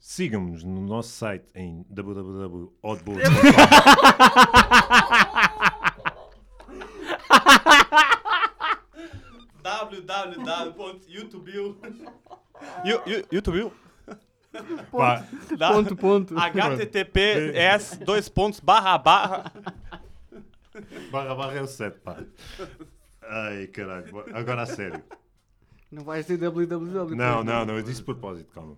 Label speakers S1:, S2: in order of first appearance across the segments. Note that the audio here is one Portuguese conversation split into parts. S1: Sigam-nos no nosso site em www.odbo.
S2: www.youtube.com
S3: YouTube?
S1: Pá,
S2: Dá-
S3: Ponto, ponto.
S2: Ah, https dois pontos barra barra
S1: barra barra é o 7, pá. Ai, caralho. bo- Agora a sério.
S3: Não vais dizer www.
S1: Não, não, não. Eu disse de propósito, calma.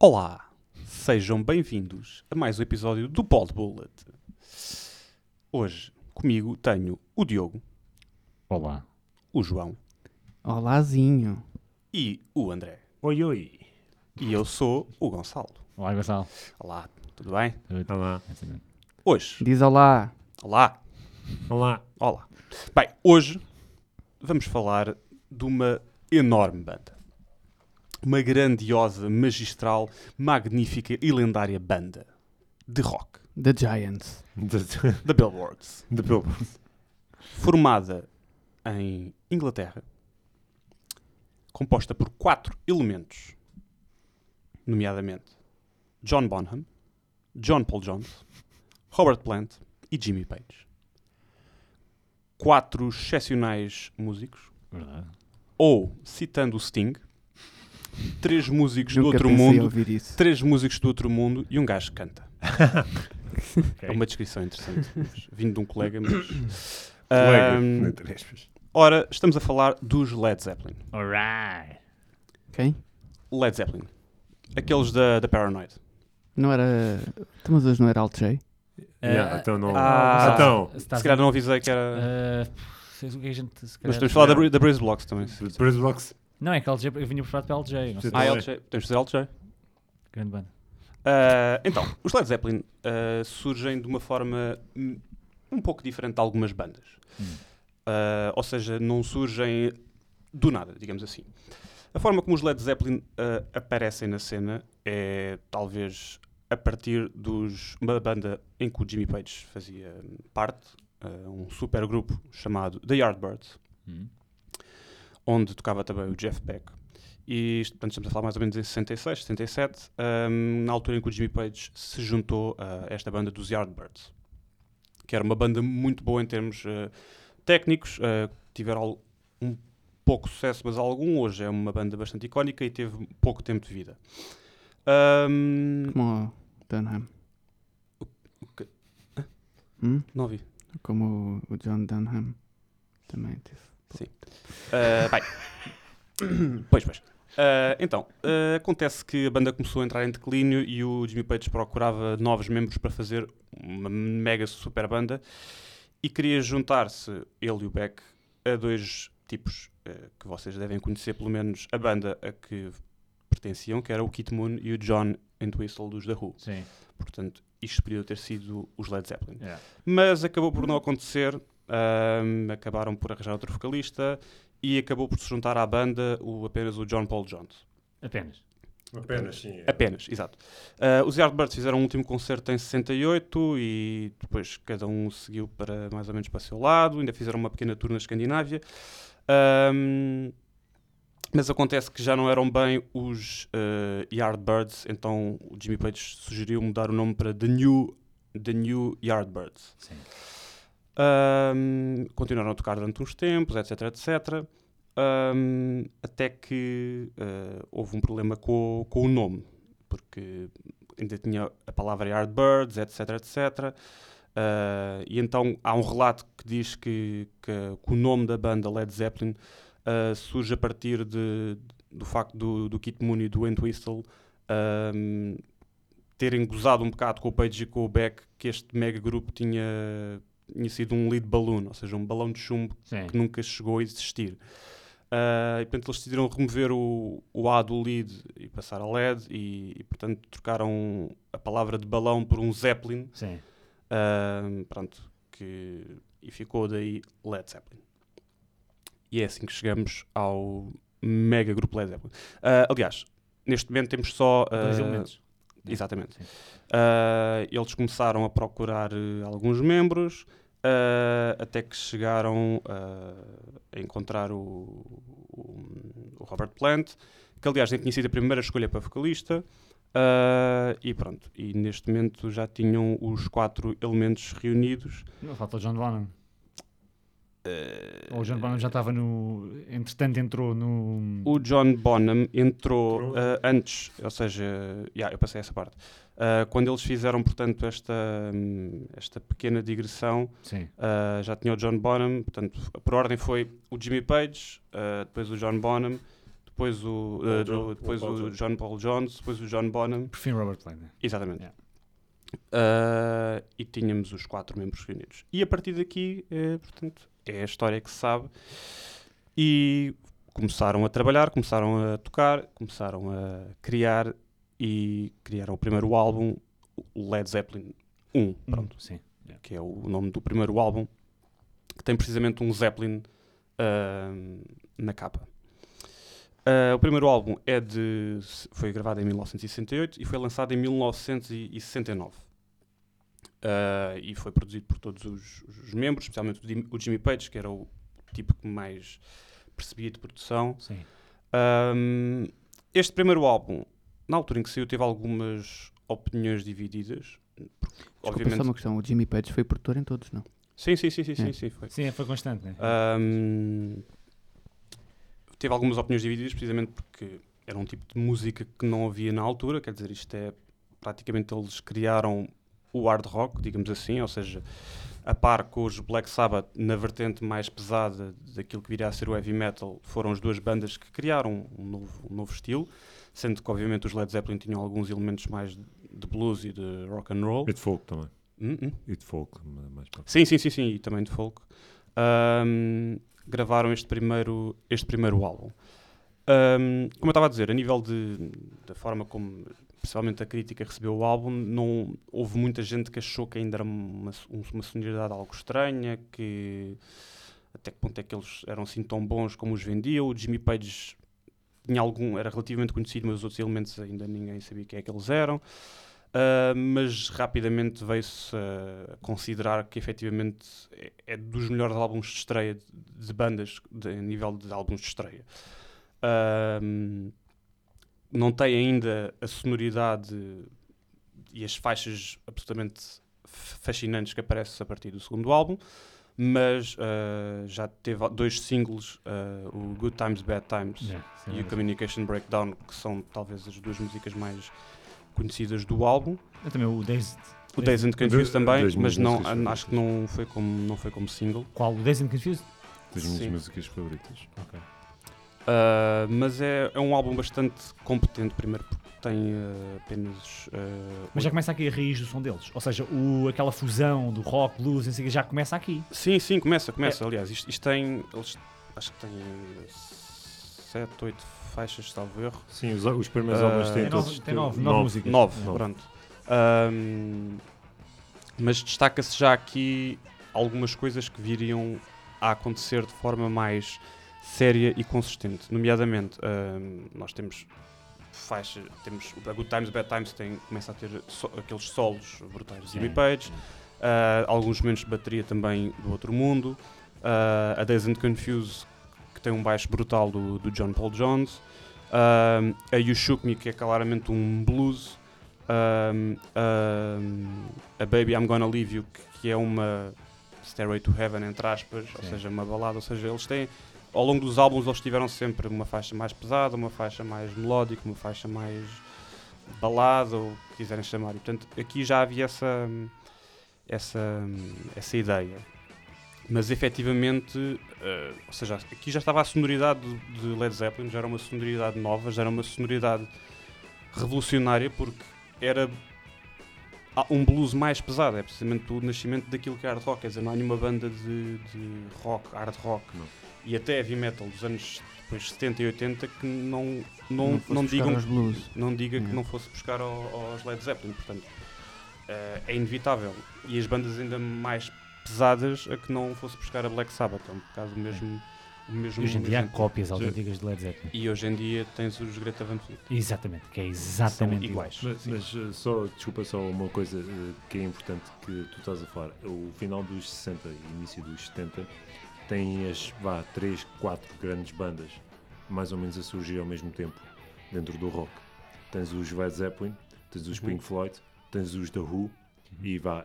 S2: Olá, sejam bem-vindos a mais um episódio do Pod Bullet. Hoje comigo tenho o Diogo,
S4: Olá.
S2: o João
S3: Olázinho.
S2: e o André.
S1: Oi, oi.
S2: E eu sou o Gonçalo.
S4: Olá, Gonçalo.
S2: Olá, tudo bem?
S1: Olá.
S2: Hoje,
S3: Diz olá.
S2: olá,
S1: Olá.
S2: olá. Bem, hoje vamos falar de uma enorme banda. Uma grandiosa, magistral, magnífica e lendária banda de rock,
S3: The Giants.
S1: De,
S2: da Billboards.
S1: de pelo-
S2: formada em Inglaterra, composta por quatro elementos, nomeadamente John Bonham, John Paul Jones, Robert Plant e Jimmy Page. Quatro excepcionais músicos,
S4: Verdade.
S2: ou, citando o Sting, três músicos do
S3: Nunca
S2: outro
S3: pensei em
S2: mundo,
S3: ouvir isso.
S2: três músicos do outro mundo e um gajo que canta. É uma descrição interessante, mas vindo de um colega, mas...
S1: Colega, um,
S2: Ahm,
S1: entre aspas.
S2: Ora, estamos a falar dos Led Zeppelin.
S4: Alright.
S3: Quem?
S2: Led Zeppelin. Aqueles da, da Paranoid.
S3: Não era. Então, Mas hoje não era Alt J?
S1: Yeah, então não.
S2: Ah,
S1: então.
S4: Eh, Estás...
S2: Se calhar não avisei que era.
S4: Tá Ah, pff, sei o que a gente... se
S2: Mas
S4: calhar-
S2: temos de falar da, Bri- da Breeze Blocks também. sim.
S1: Press Box.
S4: Não, é que LJ, eu vinha preparado para LJ. Não sei.
S1: Sim.
S2: Ah,
S1: Não é.
S2: LJ. Temos de dizer LJ.
S4: Grande banda.
S2: Ah, então, os Led Zeppelin ah, surgem de uma forma hum, um pouco diferente de algumas bandas.
S4: Hum.
S2: Ah, ou seja, não surgem do nada, digamos assim. A forma como os Led Zeppelin ah, aparecem na cena é talvez a partir dos uma banda em que o Jimmy Page fazia hum, parte, ah, um super grupo chamado The Yardbirds,
S4: Hum.
S2: onde tocava também o Jeff Beck. E isto, portanto, estamos a falar mais ou menos em 66, 67, ahm, hum, na altura em que o Jimmy Page se juntou a esta banda dos Yardbirds, que era uma banda muito boa em termos eh, técnicos, eh, tiveram al- um pouco sucesso, mas algum hoje é uma banda bastante icónica e teve pouco tempo de vida. Hum, Ahm,
S3: Como o Dunham.
S2: que-
S3: Hum?
S2: não vi.
S3: Como o- o John Dunham. Também teve.
S2: Ah, bem. pois, pois. Ah, então, ah, acontece que a banda começou a entrar em declínio e o Jimmy Page procurava novos membros para fazer uma mega super banda e queria juntar-se, ele e o Beck, a dois tipos ah, que vocês devem conhecer, pelo menos a banda a que pertenciam, que era o Kit Moon e o John Entwistle dos The Who.
S4: Sim. é.
S2: Portanto, isto poderia ter sido os Led Zeppelin
S4: Yeah.
S2: mas acabou por não acontecer. ahm, acabaram por arranjar outro vocalista e acabou por se juntar à banda o, apenas o John Paul Jones.
S4: Apenas.
S1: Apenas, sim. é.
S2: Apenas, exato. Ah, os Yardbirds fizeram um último concerto em 68 e depois cada um seguiu para mais ou menos para o seu lado, ainda fizeram uma pequena tour na Escandinávia. Ahm, mas acontece que já não eram bem os ah, Yardbirds, então o Jimmy Page sugeriu mudar o nome para The New, The New Yardbirds.
S4: Sim.
S2: Ahm, continuaram a tocar durante uns tempos, etc, etc. Ahm, até que ah, houve um problema com, com o nome, porque ainda tinha a palavra Yardbirds, etc, etc. Ah, e então há um relato que diz que, que- que o nome da banda Led Zeppelin ah, surge a partir de- do facto do, do Kit Moon e do Entwistle ahm, terem gozado um bocado com o Page e com o Beck que este mega grupo tinha tinha sido um lead balloon, ou seja, um balão de chumbo
S4: Sim.
S2: que nunca chegou a existir. Ah, e portanto eles decidiram remover o, o A do lead e passar a LED e, e, portanto trocaram a palavra de balão por um Zeppelin,
S4: Sim.
S2: ah, pronto, que e ficou daí Led Zeppelin. E é assim que chegamos ao mega grupo Led Zeppelin. Ah, aliás, neste momento temos só.
S4: Dois
S2: ah,
S4: elementos. né?
S2: Exatamente.
S4: Sim.
S2: Ah, eles começaram a procurar eh, alguns membros ah, até que chegaram ah, a encontrar o, o- o Robert Plant, que aliás nem tinha sido a primeira escolha para vocalista. ah, e pronto, e neste momento já tinham os quatro elementos reunidos. Ah,
S4: Não, falta o John Bonham. Ou o John Bonham já estava no. Entretanto, entrou no.
S2: Eh, O John Bonham entrou
S1: Entrou.
S2: ah, antes, ou seja, yeah, eu passei essa parte. Ah, quando eles fizeram, portanto, esta, hum, esta pequena digressão,
S4: Sim.
S2: Uh, já tinha o John Bonham, portanto, por ordem foi o Jimmy Page, uh, depois o John Bonham, depois o,
S1: John-
S2: uh, do-
S1: o
S2: depois
S1: Paul
S2: o
S1: Jones.
S2: John Paul Jones, depois o John Bonham,
S4: Por fim, Robert Plant. né?
S2: exatamente.
S4: Yeah.
S2: Uh, e tínhamos os quatro membros reunidos. E a partir daqui, eh, portanto, é a história que se sabe. E começaram a trabalhar, começaram a tocar, começaram a criar e criaram o primeiro álbum, o Led Zeppelin 1. Pronto
S4: Sim.
S2: que é o nome do primeiro álbum, que tem precisamente um Zeppelin ahm, na capa. Ah, o primeiro álbum é de, foi gravado em 1968 e foi lançado em 1969. Ah, e foi produzido por todos os, os membros, especialmente o Jim- o Jimmy Page, que era o tipo que mais percebia de produção.
S4: Sim.
S2: Um, este primeiro álbum, na altura em que saiu, teve algumas opiniões divididas. porque,
S3: Desculpa, só
S2: obviamente.
S3: uma É. questão. O Jimmy Page foi produtor em todos, não?
S2: Sim, sim, sim, sim, sim, sim, foi.
S4: Sim, foi constante, né?
S2: Ah, Um, teve algumas opiniões divididas, precisamente porque era um tipo de música que não havia na altura. Quer dizer, isto é praticamente eles criaram o hard rock, digamos assim, ou seja, a par com os Black Sabbath na vertente mais pesada daquilo que viria a ser o heavy metal, foram as duas bandas que criaram um novo, um novo estilo, sendo que obviamente os Led Zeppelin tinham alguns elementos mais de blues e de rock and
S1: É
S2: roll.
S5: E de folk também.
S2: Hum, hum.
S5: E de folk, ma- mais para
S2: Sim, sim, sim, sim, e também de folk. Ahm, gravaram este primeiro, este primeiro álbum. Ahm, como eu estava a dizer, a nível de, da forma como, principalmente a crítica recebeu o álbum, não, houve muita gente que achou que ainda era uma, um- uma sonoridade algo estranha, que até que ponto é que eles eram assim tão bons como os vendiam. O Jimmy Page tinha algum, era relativamente conhecido, mas os outros elementos ainda ninguém sabia quem é que eles eram. Uh, mas rapidamente veio-se uh, a considerar que efetivamente é, é dos melhores álbuns de estreia de, de bandas de, em nível de álbuns de estreia. Um, não tem ainda a sonoridade e as faixas absolutamente f- fascinantes que aparecem a partir do segundo álbum, mas uh, já teve dois singles, uh, o Good Times, Bad Times
S4: Yeah,
S2: e o
S4: sim, é. lembro-me.
S2: Communication Breakdown, que são talvez as duas músicas mais conhecidas do álbum.
S4: Eu também, o Dazed.
S2: O Days and Confused
S5: Dois-
S2: também,
S5: dois
S2: mas não,
S5: músicas.
S2: acho que não foi como, não foi como single.
S4: Qual? O Dazed and Confused?
S5: das minhas
S2: Sim.
S5: músicas favoritas.
S2: Ah, mas é, é um álbum bastante competente, primeiro porque tem ah, apenas. ah,
S4: Mas já
S2: oito-
S4: começa aqui a raiz do som deles. Ou seja, o, aquela fusão do rock, blues, não sei o quê, já começa aqui.
S2: Sim, sim, começa, começa. Aliás, isto, isto tem. Eles, acho que tem 7, 8 faixas, salvo erro.
S5: Sim, os, os primeiros
S2: Ah,
S5: álbuns têm
S2: Tem
S4: Tem nove,
S5: todos.
S4: tem nove, nove
S5: nove.
S4: músicas.
S2: 9,
S5: Nove.
S2: pronto. Ahm, mas destaca-se já aqui algumas coisas que viriam a acontecer de forma mais séria e consistente. Nomeadamente, ahm, nós temos faixa, temos o Good Times, Bad Times tem, começa a ter so- aqueles solos brutais de Jimmy
S4: Sim.
S2: Page, ah, alguns momentos de bateria também do outro mundo, ah, a Days and Confuse, que tem um baixo brutal do, do John Paul Jones, ahm, a You Shook Me, que é claramente um blues, ahm, ahm, a Baby I'm Gonna Leave You, que, que é uma Stairway to Heaven, entre aspas, ou
S4: Sim.
S2: seja, uma balada, ou seja, eles têm ao longo dos álbuns eles tiveram sempre uma faixa mais pesada, uma faixa mais melódica, uma faixa mais balada, ou o que quiserem chamar. E, portanto, aqui já havia essa, essa, essa ideia. Mas efetivamente, eh, ou seja, aqui já estava a sonoridade de- de Led Zeppelin, já era uma sonoridade nova, já era uma sonoridade revolucionária, porque era há um blues mais pesado, é precisamente o nascimento daquilo que é hard rock, quer dizer, não há nenhuma banda de, de rock, hard rock
S5: Não.
S2: e até heavy metal dos anos depois 70 e 80 que não,
S3: Não,
S2: não,
S3: fosse
S2: não,
S3: buscar um
S2: digam
S3: aos blues.
S2: não diga que
S5: Hum.
S3: Yeah.
S2: não fosse buscar ao- aos Led Zeppelin, portanto eh, é inevitável. E as bandas ainda mais pesadas a que não fosse buscar a Black Sabbath. É um bocado o mesmo. O mesmo
S4: Hoje em
S2: o
S4: dia há
S2: mesmo-
S4: cópias autênticas de Led Zeppelin.
S2: E hoje em dia tens os Greta Van
S5: Um
S2: Fleet.
S4: Exatamente, que é exatamente
S2: iguais.
S4: iguais.
S5: Mas, mas, eh, só, desculpa, só uma coisa eh, que é importante que tu estás a falar. O final dos 60 e início dos 70 tem as, vá, 3, 4 grandes bandas mais ou menos a surgir ao mesmo tempo dentro do rock. Tens os Led Zeppelin, tens os
S2: Uhum.
S5: Pink Floyd, tens os The Who e vá,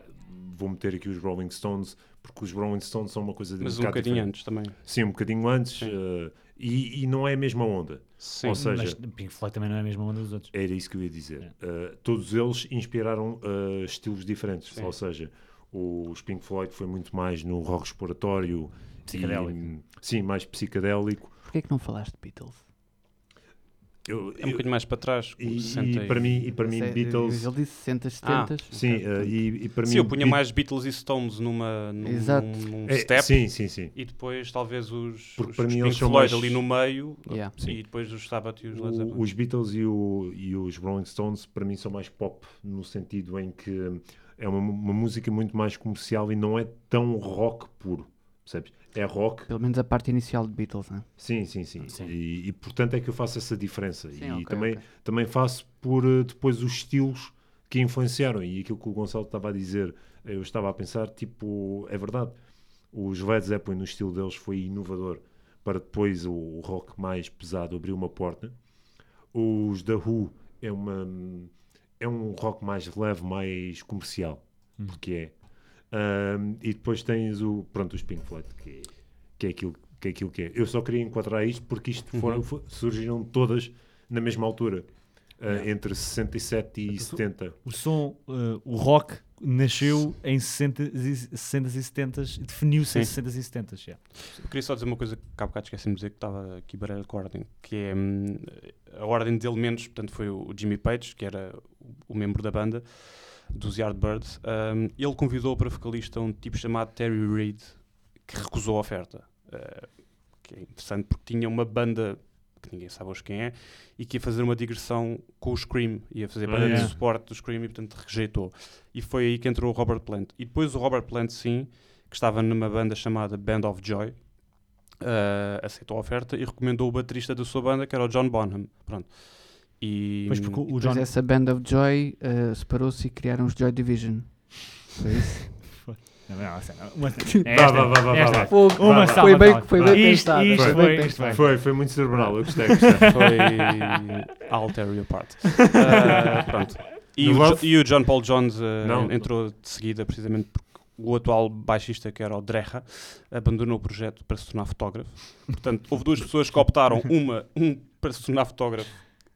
S5: vou meter aqui os Rolling Stones, porque os Rolling Stones são uma coisa de
S2: Mas um bocadinho
S5: diferente.
S2: antes também.
S5: Sim, um bocadinho antes
S2: Sim.
S5: eh, e, e não é a mesma onda.
S2: Sim.
S5: Ou seja-
S4: Mas Pink Floyd também não é a mesma onda dos outros.
S5: Era isso que eu ia dizer.
S2: É.
S5: Uh, todos eles inspiraram uh, estilos diferentes.
S2: Sim.
S5: Ou seja, os Pink Floyd foi muito mais no rock exploratório. e-
S4: Psicadélico.
S5: sim, mais psicadélico.
S3: Porquê é que não falaste de Beatles?
S5: Eu-
S2: é um
S5: eu-
S2: bocadinho mais para trás. com
S5: e,
S2: 60
S5: e para mim, e para mim
S3: Se-
S5: Beatles...
S3: é, Ele disse 60, 70.
S2: Ah,
S5: Sim, uh, e, e para
S2: Sim,
S5: mim...
S2: eu punha
S5: Beat-
S2: mais Beatles e Stones numa, num,
S3: Exato.
S2: num- num
S5: É,
S2: step.
S5: Sim, sim, sim.
S2: E depois talvez os,
S5: Porque
S2: os,
S5: para
S2: os
S5: mim
S2: Pink
S5: eles são
S2: Floyd
S5: mais-
S2: ali no meio.
S3: Yeah.
S5: Sim.
S2: E depois os Sabbath e os Led
S5: O-
S2: Zeppelin.
S5: os Beatles e, o- e os Rolling Stones para mim são mais pop no sentido em que é uma, uma música muito mais comercial e não é tão rock puro, percebes? É rock,
S3: Pelo menos a parte inicial de Beatles, né?
S5: Sim, sim, sim.
S4: Sim.
S5: E, e, portanto é que eu faço essa diferença.
S3: Sim,
S5: e
S3: ok,
S5: também,
S3: ok.
S5: também faço por eh, depois os estilos que influenciaram. E aquilo que o Gonçalo estava a dizer, eh, eu estava a pensar, tipo, é verdade. Os Led Zeppelin no estilo deles foi inovador para depois o, o rock mais pesado abrir uma porta. Os The Who é, uma, é um rock mais leve, mais comercial. Porque é. Ahm, e depois tens o, pronto, os Pink Floyd, que é que é aquilo que é. Aquilo que é. Eu só queria enquadrar isto porque isto
S4: Uhum.
S5: foram, fo- surgiram todas na mesma altura, ah, entre 67
S4: Então
S5: e 70.
S4: O som, eh, o rock, nasceu em 60 e 60 e 70, definiu-se em
S2: Sim.
S4: 60 e 70. Yeah.
S2: Eu queria só dizer uma coisa que há bocado esqueci-me de dizer, que estava aqui baralhado com a ordem, que é hum, a ordem de elementos, portanto foi o Jimmy Page, que era o membro da banda, dos Yardbirds, hum, ele convidou para vocalista um tipo chamado Terry Reid, que recusou a oferta, eh, que é interessante porque tinha uma banda que ninguém sabe hoje quem é, e que ia fazer uma digressão com o Scream, ia fazer
S5: Ah,
S2: banda
S4: é.
S2: de suporte do Scream e portanto rejeitou. E foi aí que entrou o Robert Plant. E depois o Robert Plant, sim, que estava numa banda chamada Band of Joy, eh, aceitou a oferta e recomendou o baterista da sua banda, que era o John Bonham. Pronto. E,
S4: Pois porque o
S3: Mas
S4: John.
S3: essa Band of Joy eh, separou-se e criaram os Joy Division. Foi isso?
S4: Não, não, essa não. Uma-
S5: Vá, vá, vá, vá,
S4: É esta.
S5: vá, vá.
S4: Uma
S5: Foi
S4: salva,
S3: bem-
S4: salva.
S3: foi bem
S4: isto,
S3: pensado,
S4: isto
S5: foi
S4: foi,
S3: bem
S4: isto foi.
S5: Foi, foi muito cerebral, eu gostei. gostei.
S2: foi I'll tear you apart.
S4: Ah,
S2: Eh, pronto. E
S5: No
S2: o,
S5: Love?
S2: Jo- e o John Paul Jones eh,
S5: Não.
S2: entrou de seguida, precisamente porque o atual baixista, que era o Dreja, abandonou o projeto para se tornar fotógrafo. Portanto, houve duas pessoas que optaram, uma um para se tornar fotógrafo,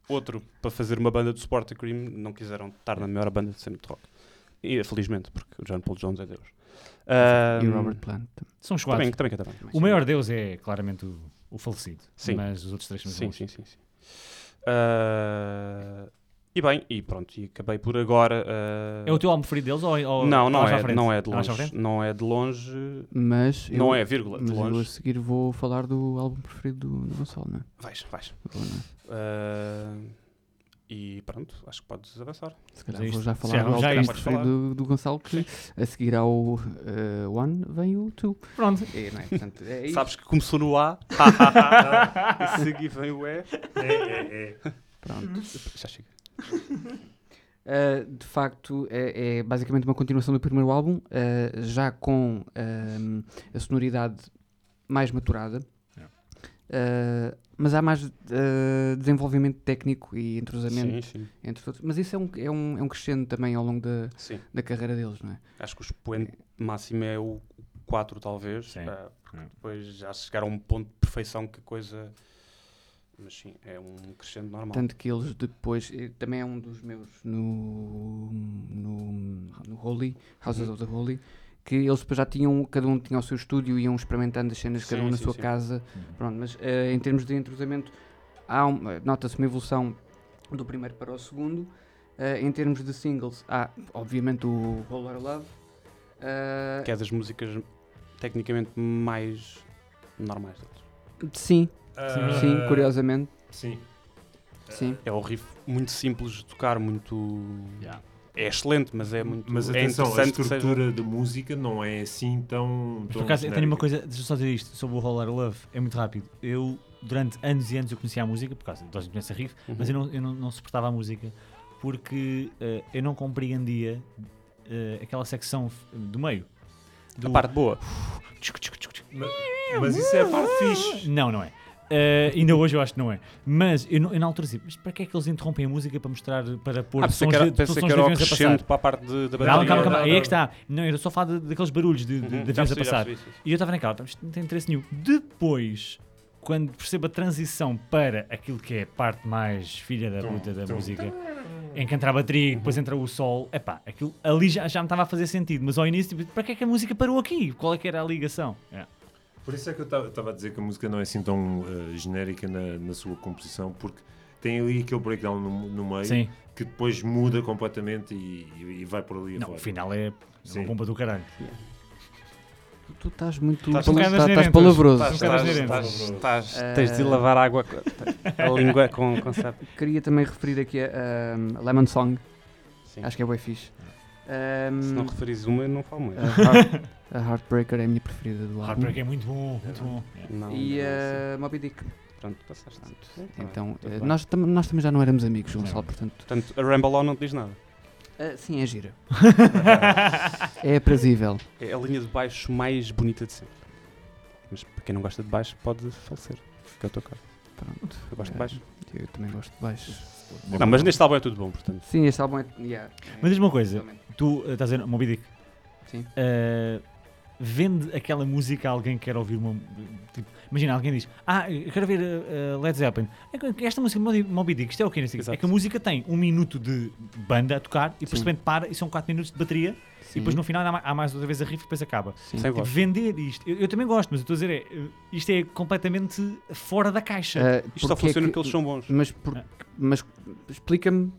S2: outro para fazer uma banda de suporte a Cream, não quiseram estar na maior banda de sempre de rock. E, felizmente, porque o John Paul Jones é Deus.
S3: e
S2: Ahm,
S3: o
S4: Um,
S3: Robert Plant. também.
S4: São os quatro.
S2: também, também que é também.
S4: O maior deus é claramente o, o falecido.
S2: Sim.
S4: Mas os outros três são os
S2: Sim,
S4: bons.
S2: sim, sim. sim. Ah, e bem, e pronto, e acabei por agora. ah,
S4: É o teu álbum preferido deles ou, ou
S2: não, não
S4: ou já à
S2: é,
S4: frente?
S2: não é de
S4: Ou já à
S2: longe.
S4: frente?
S2: Não é de longe.
S3: Mas eu-
S2: Não é, vírgula,
S3: Mas
S2: de
S3: eu a
S2: longe.
S3: seguir vou falar do álbum preferido do, do Gonçalo, não é?
S2: Vais, vais.
S3: Vou, não é?
S2: Ah, e pronto, acho que podes avançar.
S3: Se calhar
S4: Mas é
S3: vou
S4: isto.
S3: já
S4: Já
S3: falar do
S4: vamos
S3: álbum
S4: já
S2: isto.
S3: preferido do, do Gonçalo, que a seguir ao eh, One vem o Two.
S4: Pronto.
S3: É, não é? Portanto, é isto.
S2: Sabes que começou no A, e segui vem o E.
S5: É, é, é.
S3: Pronto.
S2: Já chega.
S3: Uh, de facto, é, é basicamente uma continuação do primeiro álbum, uh, já com um, a sonoridade mais maturada. Uh, mas há mais uh, desenvolvimento técnico e entrosamento
S2: Sim, sim.
S3: entre todos. Mas isso é um, é um, é um crescendo também ao longo da,
S2: sim.
S3: da carreira deles, não é?
S2: Acho que o expoente máximo é o 4, talvez.
S4: Sim.
S2: ah, porque
S4: Hum.
S2: depois já chegaram a um ponto de perfeição que a coisa. Mas sim, é um crescendo normal.
S3: Tanto que eles depois, eh, também é um dos meus no, no, no Holy, Houses
S2: Uhum.
S3: of the Holy, que eles depois já tinham, cada um tinha o seu estúdio, iam experimentando as cenas, cada
S2: Sim,
S3: um na
S2: sim,
S3: sua
S2: sim.
S3: casa. Pronto, mas eh, em termos de entrosamento, há um- eh, nota-se uma evolução do primeiro para o segundo. Eh, em termos de singles, há obviamente o Roll Our Love. eh,
S2: que é das músicas tecnicamente mais normais deles. é-
S3: Sim,
S5: Ah,
S3: sim, curiosamente,
S5: Sim.
S3: sim.
S2: É um riff muito simples de tocar, muito. é excelente, mas é muito
S5: Mas
S2: é
S5: atenção, a
S2: interessante que seja-
S5: estrutura de música não é assim tão.
S4: Mas
S5: tão
S4: por acaso, eu tenho
S5: genérica.
S4: uma coisa, deixa eu só dizer isto sobre o Roller Love, é muito rápido. Eu, durante anos e anos, eu conhecia a música, por causa de nós conhece a riff,
S2: Uhum.
S4: mas eu não, eu não, não suportava a música porque eh, eu não compreendia eh, aquela secção f- do meio. Do
S2: a parte boa.
S4: tchuc, tchuc, tchuc, tchuc.
S5: Ma- Mas isso é a parte fixe.
S4: Não, não é. Eh, ainda hoje eu acho que não é. Mas eu, não- eu na altura dizia, mas para que é que eles interrompem a música para mostrar, para pôr
S2: Ah, pensei
S4: sons,
S2: que era,
S4: de, sons
S2: pensei
S4: de
S2: que era o
S4: aviões a passar?
S2: crescendo para a parte de- da
S4: Calma,
S2: bateria.
S4: calma, calma.
S5: Não,
S4: Aí é
S5: não.
S4: que está. Não, eu estou só a falar de- daqueles barulhos de, de, de
S2: Uhum, já
S4: aviões a
S2: percebi, já
S4: passar.
S2: percebi, sim, sim.
S4: E eu estava naquela, "Pá, isto não tem interesse nenhum. Depois, quando percebo a transição para aquilo que é a parte mais filha da puta da música, em que entra a bateria e depois entra o sol, epá, aquilo ali já, já me estava a fazer sentido, mas ao início, tipo, para que é que a música parou aqui? Qual é que era a ligação? É.
S5: Por isso é que eu estava a dizer que a música não é assim tão eh, genérica na, na sua composição, porque tem ali aquele breakdown no, no meio
S4: Sim.
S5: que depois muda completamente e, e- e vai por ali
S4: Não, o
S5: afora.
S4: final é uma
S5: Sim.
S4: bomba do caralho.
S3: Tu- Tu estás muito.
S2: Estás
S3: tu-
S4: um
S3: tá-
S4: bocado nas
S3: Estás
S4: nerentas.
S3: palavroso.
S4: Estás-
S3: Estás-
S4: estás-
S3: Ah.
S2: Tens de lavar a água, com- a língua com, com sapo.
S3: Queria também referir aqui a um, Lemon Song.
S2: Sim.
S3: Acho que é bem fixe.
S2: Se não
S3: Um,
S2: referis uma, eu não falo muito.
S3: a, Heart- a Heartbreaker é a minha preferida do álbum.
S4: Heartbreak é muito bom, muito bom. É.
S2: Não,
S3: E
S2: não,
S3: a Moby Dick.
S2: assim. Pronto, passaste. Tá bem,
S3: Então,
S2: tudo
S3: eh,
S2: bem.
S3: nós, tam- nós também já não éramos amigos,
S4: Não.
S3: Gonçalo, portanto.
S2: Portanto, a Ramble On não te diz nada.
S3: eh, sim, é gira. é aprazível.
S2: É a linha de baixo mais bonita de sempre. Mas para quem não gosta de baixo, pode falecer. Que é o teu caso.
S3: Pronto.
S2: Eu gosto de
S3: Eh,
S2: baixo.
S3: Eu também gosto de baixo.
S2: Não, mas neste álbum é tudo bom, portanto.
S3: Sim, este álbum é. yeah, é-
S4: Mas diz uma coisa,
S3: realmente.
S4: tu eh, estás a dizer, Moby Dick,
S3: Sim.
S4: Uh, vende aquela música a alguém que quer ouvir uma. tipo, imagina, alguém diz: Ah, eu quero ver uh, uh, Led Zeppelin. É que Esta música de Moby- Moby Dick, isto é o que
S2: Exato.
S4: É que a música tem um minuto de banda a tocar e depois
S3: Sim.
S4: de repente para e são 4 minutos de bateria
S3: Sim,
S4: e depois no final ainda há ma- há mais outra vez a riff e depois acaba.
S3: sim.
S2: Sem
S4: Tipo,
S2: voz.
S4: vender isto, eu, eu também gosto, mas eu estou a dizer é, uh, isto é completamente fora da caixa.
S3: Eh,
S2: Isto só
S3: porque é
S2: funciona
S3: que-
S2: porque eles são bons.
S3: Mas, por- mas explica-me,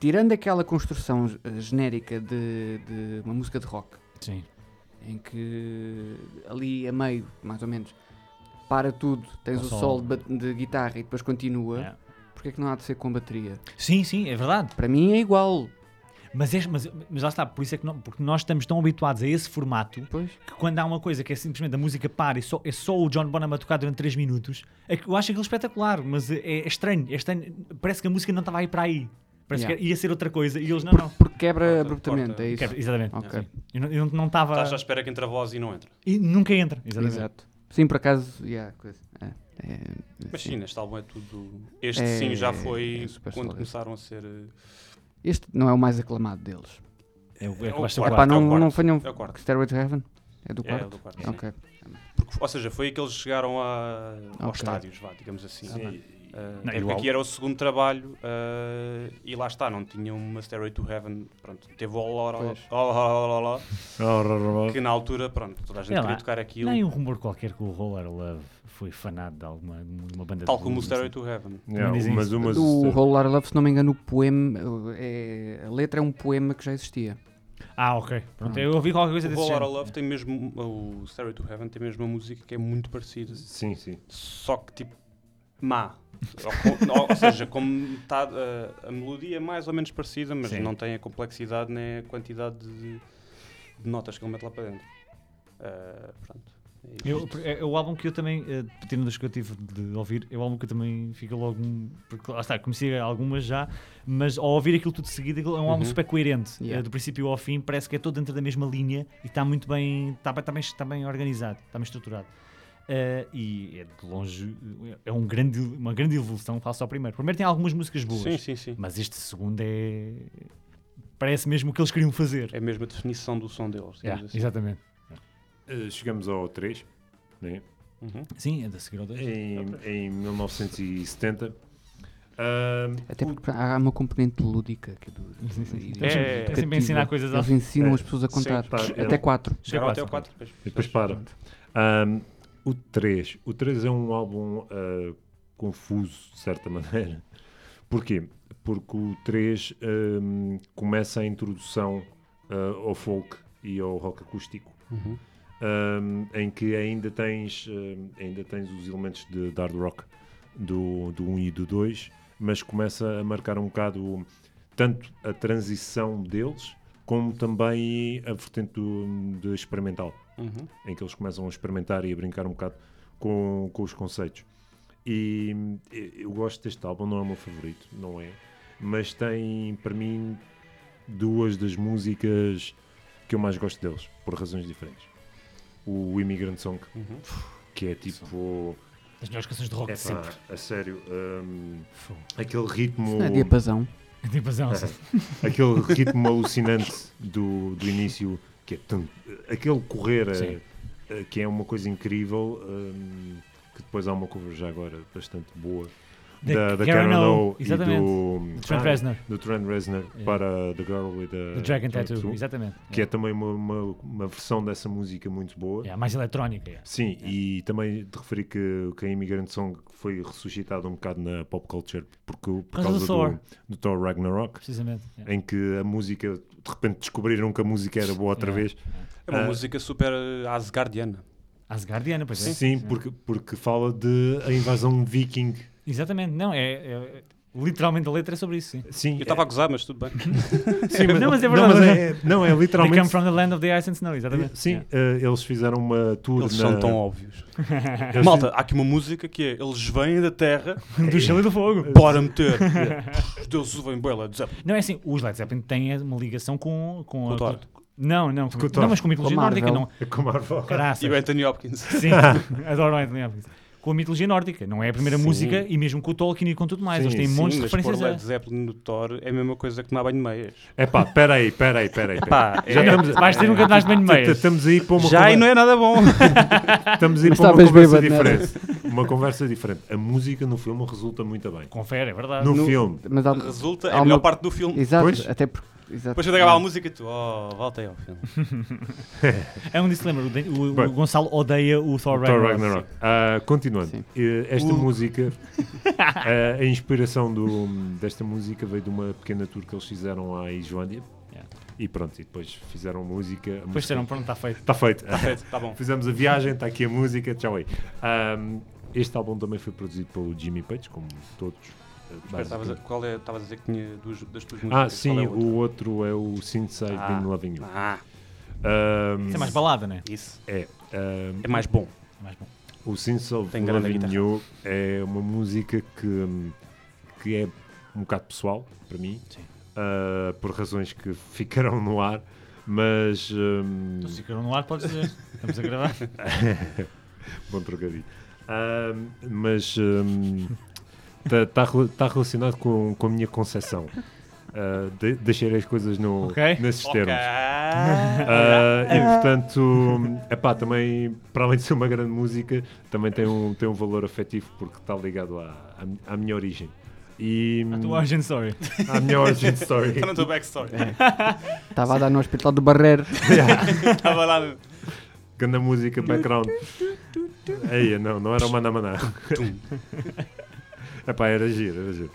S3: tirando aquela construção eh, genérica de, de uma música de rock,
S4: Sim.
S3: em que ali a meio, mais ou menos, para tudo, tens
S4: O
S3: o
S4: solo.
S3: solo de, ba- de guitarra e depois continua,
S4: Yeah.
S3: porque é que não há de ser com bateria?
S4: sim, sim, é verdade.
S3: Para mim é igual,
S4: Mas, é, mas, mas lá está, por isso é que não, porque nós estamos tão habituados a esse formato
S3: pois.
S4: que quando há uma coisa que é simplesmente a música para e só, é só o John Bonham a tocar durante 3 minutos, é que eu acho aquilo espetacular, mas é, é estranho, é estranho. Parece que a música não estava aí para aí. Parece
S3: Yeah.
S4: que ia ser outra coisa e eles não,
S3: Por-
S4: não.
S3: Porque quebra
S2: Corta,
S3: abruptamente,
S2: corta.
S3: é isso.
S4: Quer- exatamente.
S3: Ok.
S4: Sim. Eu não- Eu não estava.
S2: Estás à espera que entre a voz e não entra.
S4: E nunca entra. Exatamente.
S3: Exato. Sim, por acaso, yeah, coisa. É, é,
S2: Mas
S3: sim.
S2: sim, este álbum é tudo. Este
S3: É-
S2: sim já
S3: é
S2: foi
S3: super
S2: quando
S3: sólido.
S2: começaram a ser. eh,
S3: Este não é o mais aclamado deles.
S4: É, o- é,
S2: É
S4: que
S2: o
S4: basta o
S2: quarto.
S3: Epá,
S4: quarto.
S2: é o
S3: não,
S2: quarto,
S3: não falham.
S2: é o quarto.
S3: Stairway to Heaven? É do
S2: É,
S3: quarto?
S2: do quarto.
S4: É.
S2: sim.
S3: Ok.
S2: Porque- ou seja, foi aqueles que chegaram a, aos
S3: Ok.
S2: estádios, vá, digamos assim.
S5: Sim,
S2: Ah,
S4: Não,
S2: até
S4: e o
S2: porque
S4: álbum-
S2: aqui era o segundo trabalho ah, e lá está, não tinha uma Stairway to Heaven. Pronto, teve o All All-
S3: Pois.
S2: All- All- All- All-
S5: Ah,
S2: que na altura, pronto, toda a gente
S4: É
S2: queria
S4: lá.
S2: tocar aquilo,
S4: Não há um rumor qualquer que o Roller Love foi fanado de alguma de uma banda
S2: tal
S4: de
S2: como o
S4: blues, não sei.
S2: Stairway to Heaven.
S5: Yeah,
S4: Não dizem
S5: umas,
S4: isso.
S5: umas,
S3: Do Whole Lotta Love, se não me engano, o poema. eh, é- a letra é um poema que já existia.
S4: Ah, ok. Pronto,
S3: Pronto.
S4: eu ouvi qualquer coisa
S2: O
S4: é desse
S2: All All
S4: género.
S2: Love tem mesmo, o Stairway to Heaven tem mesmo uma música que é muito parecida,
S5: Sim, sim.
S2: só que tipo, má. ou, com- ou- ou seja, com metade, a, a melodia é mais ou menos parecida, mas
S4: Sim.
S2: não tem a complexidade nem a quantidade de, de notas que ele mete lá para dentro. Ah, pronto. É isto.
S4: Eu- é, é o álbum que eu também, eh, tirando dos que eu tive de ouvir, é o álbum que eu também fica logo. um- Porque lá está, conhecia algumas já, mas ao ouvir aquilo tudo de seguida, aquilo é um álbum
S2: Uhum.
S4: super coerente. eh,
S3: Yeah.
S4: do princípio ao fim, parece que é todo dentro da mesma linha e está muito bem, está bem, está bem, está bem organizado, está bem estruturado. Eh, e é de longe, eh, é um grande, uma grande evolução, faço ao primeiro. Primeiro tem algumas músicas boas,
S2: Sim, sim, sim.
S4: mas este segundo é. Parece mesmo o que eles queriam fazer.
S2: É mesmo a definição do som deles. digamos
S4: Yeah,
S2: assim.
S4: Exatamente.
S5: Eh, chegamos ao 3, né?
S2: Uhum.
S4: Sim, é da seguir ao dois.
S5: em, em 1970. Ahm,
S3: Até
S5: o-
S3: porque há uma componente lúdica aqui do. e-
S4: Eles
S3: e-
S2: É,
S4: sempre- eles sempre
S3: educativa.
S4: ensinam coisas ao
S3: Eles ensinam
S5: É,
S3: as pessoas a
S5: sim,
S3: contar.
S5: tá, é.
S3: Até quatro.
S2: Chegaram até ao
S4: quatro.
S2: 4.
S5: E depois para. Ahm, o 3. O 3 é um álbum ah, confuso, de certa maneira. Porquê? Porque o 3 ahm, começa a introdução ah, ao folk e ao rock acústico.
S2: Uhum.
S5: ahm, em que ainda tens, ahm, ainda tens os elementos de de hard rock do, do 1 e do 2, mas começa a marcar um bocado tanto a transição deles como também a vertente do, de experimental,
S2: Uhum.
S5: em que eles começam a experimentar e a brincar um bocado com, com os conceitos. E e- eu gosto deste álbum, não é o meu favorito, não é, mas tem para mim duas das músicas que eu mais gosto deles, por razões diferentes. O Immigrant Song,
S2: Uhum.
S5: que é tipo,
S4: As melhores canções de rock
S5: é
S4: de sempre.
S5: a sério, hum,
S4: Fogo.
S5: aquele ritmo.
S3: Isso não é diapasão.
S4: Tem razão. sim.
S5: aquele ritmo alucinante do, do início, que é tum, aquele correr, eh,
S4: Sim.
S5: eh, que é uma coisa incrível, hum, que depois há uma cover já agora bastante boa da, da Karen O e
S4: exatamente.
S5: do,
S4: Do Trent
S5: ah,
S4: Reznor,
S5: do Trent Reznor
S4: É.
S5: para The Girl with the
S4: do Dragon Tattoo,
S5: Ah, Tattoo,
S4: exatamente.
S5: que é também uma, uma, uma versão dessa música muito boa.
S4: É, é, mais eletrónica. é.
S5: Sim, e também de referir que, que a Immigrant Song foi ressuscitada um bocado na pop culture porque, por
S4: causa
S5: causa
S4: do Thor.
S5: do, do Thor Ragnarok
S4: Precisamente. é.
S5: em que a música, de repente descobriram que a música era boa outra
S4: É.
S5: vez.
S2: É uma
S5: Ah.
S2: música super eh, asgardiana.
S4: Asgardiana, pois é.
S5: Sim, porque, porque fala de a invasão viking.
S4: Exatamente, não, é, é- literalmente a letra é sobre isso, sim.
S5: Sim,
S2: Eu estava a gozar, mas tudo bem.
S5: é, sim,
S4: Não, mas é
S5: Não,
S4: verdade.
S5: é, não, é
S4: They come
S5: literalmente.
S4: from the land of the ice and snow, exatamente.
S5: Sim,
S4: É.
S5: eh, eles fizeram uma tour
S2: Eles
S5: na-
S2: são tão óbvios.
S5: eles-
S2: Malta, há aqui uma música que é Eles vêm da terra,
S4: Do gelo e do fogo.
S2: bora meter. Os deuses vêm boela,
S4: Não é assim, os Led Zeppelin têm uma ligação com, com,
S2: Com o
S4: a.
S2: Thor.
S4: Não, não,
S5: Com
S4: com,
S5: o Thor.
S4: não, mas com a mitologia
S3: Com a
S4: nórdica,
S3: Marvel.
S4: não.
S5: É como a Marvel.
S2: E
S4: Caraças.
S2: o Anthony Hopkins.
S4: Sim, adoro o Anthony Hopkins. Com a mitologia nórdica, não é a primeira
S2: Sim.
S4: música, e mesmo com o Tolkien e com tudo mais.
S5: Sim,
S4: eles têm
S5: sim,
S4: montes de
S2: mas pôr
S4: referências. é. a-
S2: Led Zeppelin no Thor é a mesma coisa que tomar banho de meias.
S5: É pá, peraí, peraí, peraí. peraí.
S2: Pá,
S5: Já
S2: é-
S5: estamos-
S4: Vais ter um cantar de
S5: T- t-
S4: meio
S5: Estamos aí para uma
S2: Já e
S5: conver-
S2: não é nada bom.
S5: estamos aí
S3: Mas
S5: para uma
S3: talvez
S5: conversa
S3: bêbado, né? não era?
S5: diferente. Uma conversa diferente. A música no filme resulta muito bem.
S4: Confere, é verdade.
S5: No,
S2: No-
S5: filme.
S3: Mas há...
S2: Resulta, é
S3: Então, Há
S2: a
S3: uma-
S2: melhor parte do filme.
S3: Exato,
S5: Pois.
S3: até porque. Exato. É.
S2: Depois quando acabar a música, tu, oh, volta aí ao filme.
S4: É um disclaimer: o, Dan- o- o
S5: Bem.
S4: Gonçalo odeia o
S5: Thor
S4: Thor Ragnarok.
S5: Ragnarok. Ah, continuando,
S3: Sim.
S5: Eh, esta
S2: O-
S5: música, ah, a inspiração do- desta música veio de uma pequena tour que eles fizeram à Islândia.
S4: Yeah.
S5: E pronto, e depois fizeram a música. a
S4: Depois
S5: música-
S4: disseram, um pronto, está feito.
S5: Está feito.
S2: Está feito, está tá bom.
S5: Fizemos a viagem, está aqui a música, tchau aí. Ahm, este álbum também foi produzido pelo Jimmy Page, como todos. eh,
S2: Espera, estavas a-
S5: basicamente.
S2: Qual é? Estavas a dizer que tinha duas das tuas músicas.
S5: Ah,
S2: qual
S5: sim,
S2: é a outra?
S5: o outro é o Since I've
S2: Ah.
S5: Been Loving You.
S2: Ah,
S5: Ahm,
S4: Isso é mais balada, né?
S2: isso.
S5: é, ahm,
S2: É mais bom.
S4: É mais bom.
S5: O Sins of
S2: Tem grande
S5: Loving
S2: guitarra.
S5: You é uma música que, que é um bocado pessoal para mim,
S4: Sim.
S5: ah, por razões que ficarão no ar, mas hum,
S4: Então, se ficaram no ar, podes dizer. Estamos a gravar.
S5: bom trocadilho. Ah, mas hum, tá, está relacionado com, com a minha concepção. Ah, de- deixei as coisas no,
S4: Ok.
S5: nesses
S2: Ok.
S5: termos. Ah, e portanto, epá, também, para além de ser uma grande música, também tem um, tem um valor afetivo porque está ligado à, à mi- à minha origem. E
S4: A tua origin story.
S5: à minha origin story.
S2: Está na tua backstory.
S3: Estava a dar no hospital do Barreiro.
S2: Estava lá.
S5: Ganda música, background. Eia, não, não era o Maná Maná. Epá, era giro, era giro.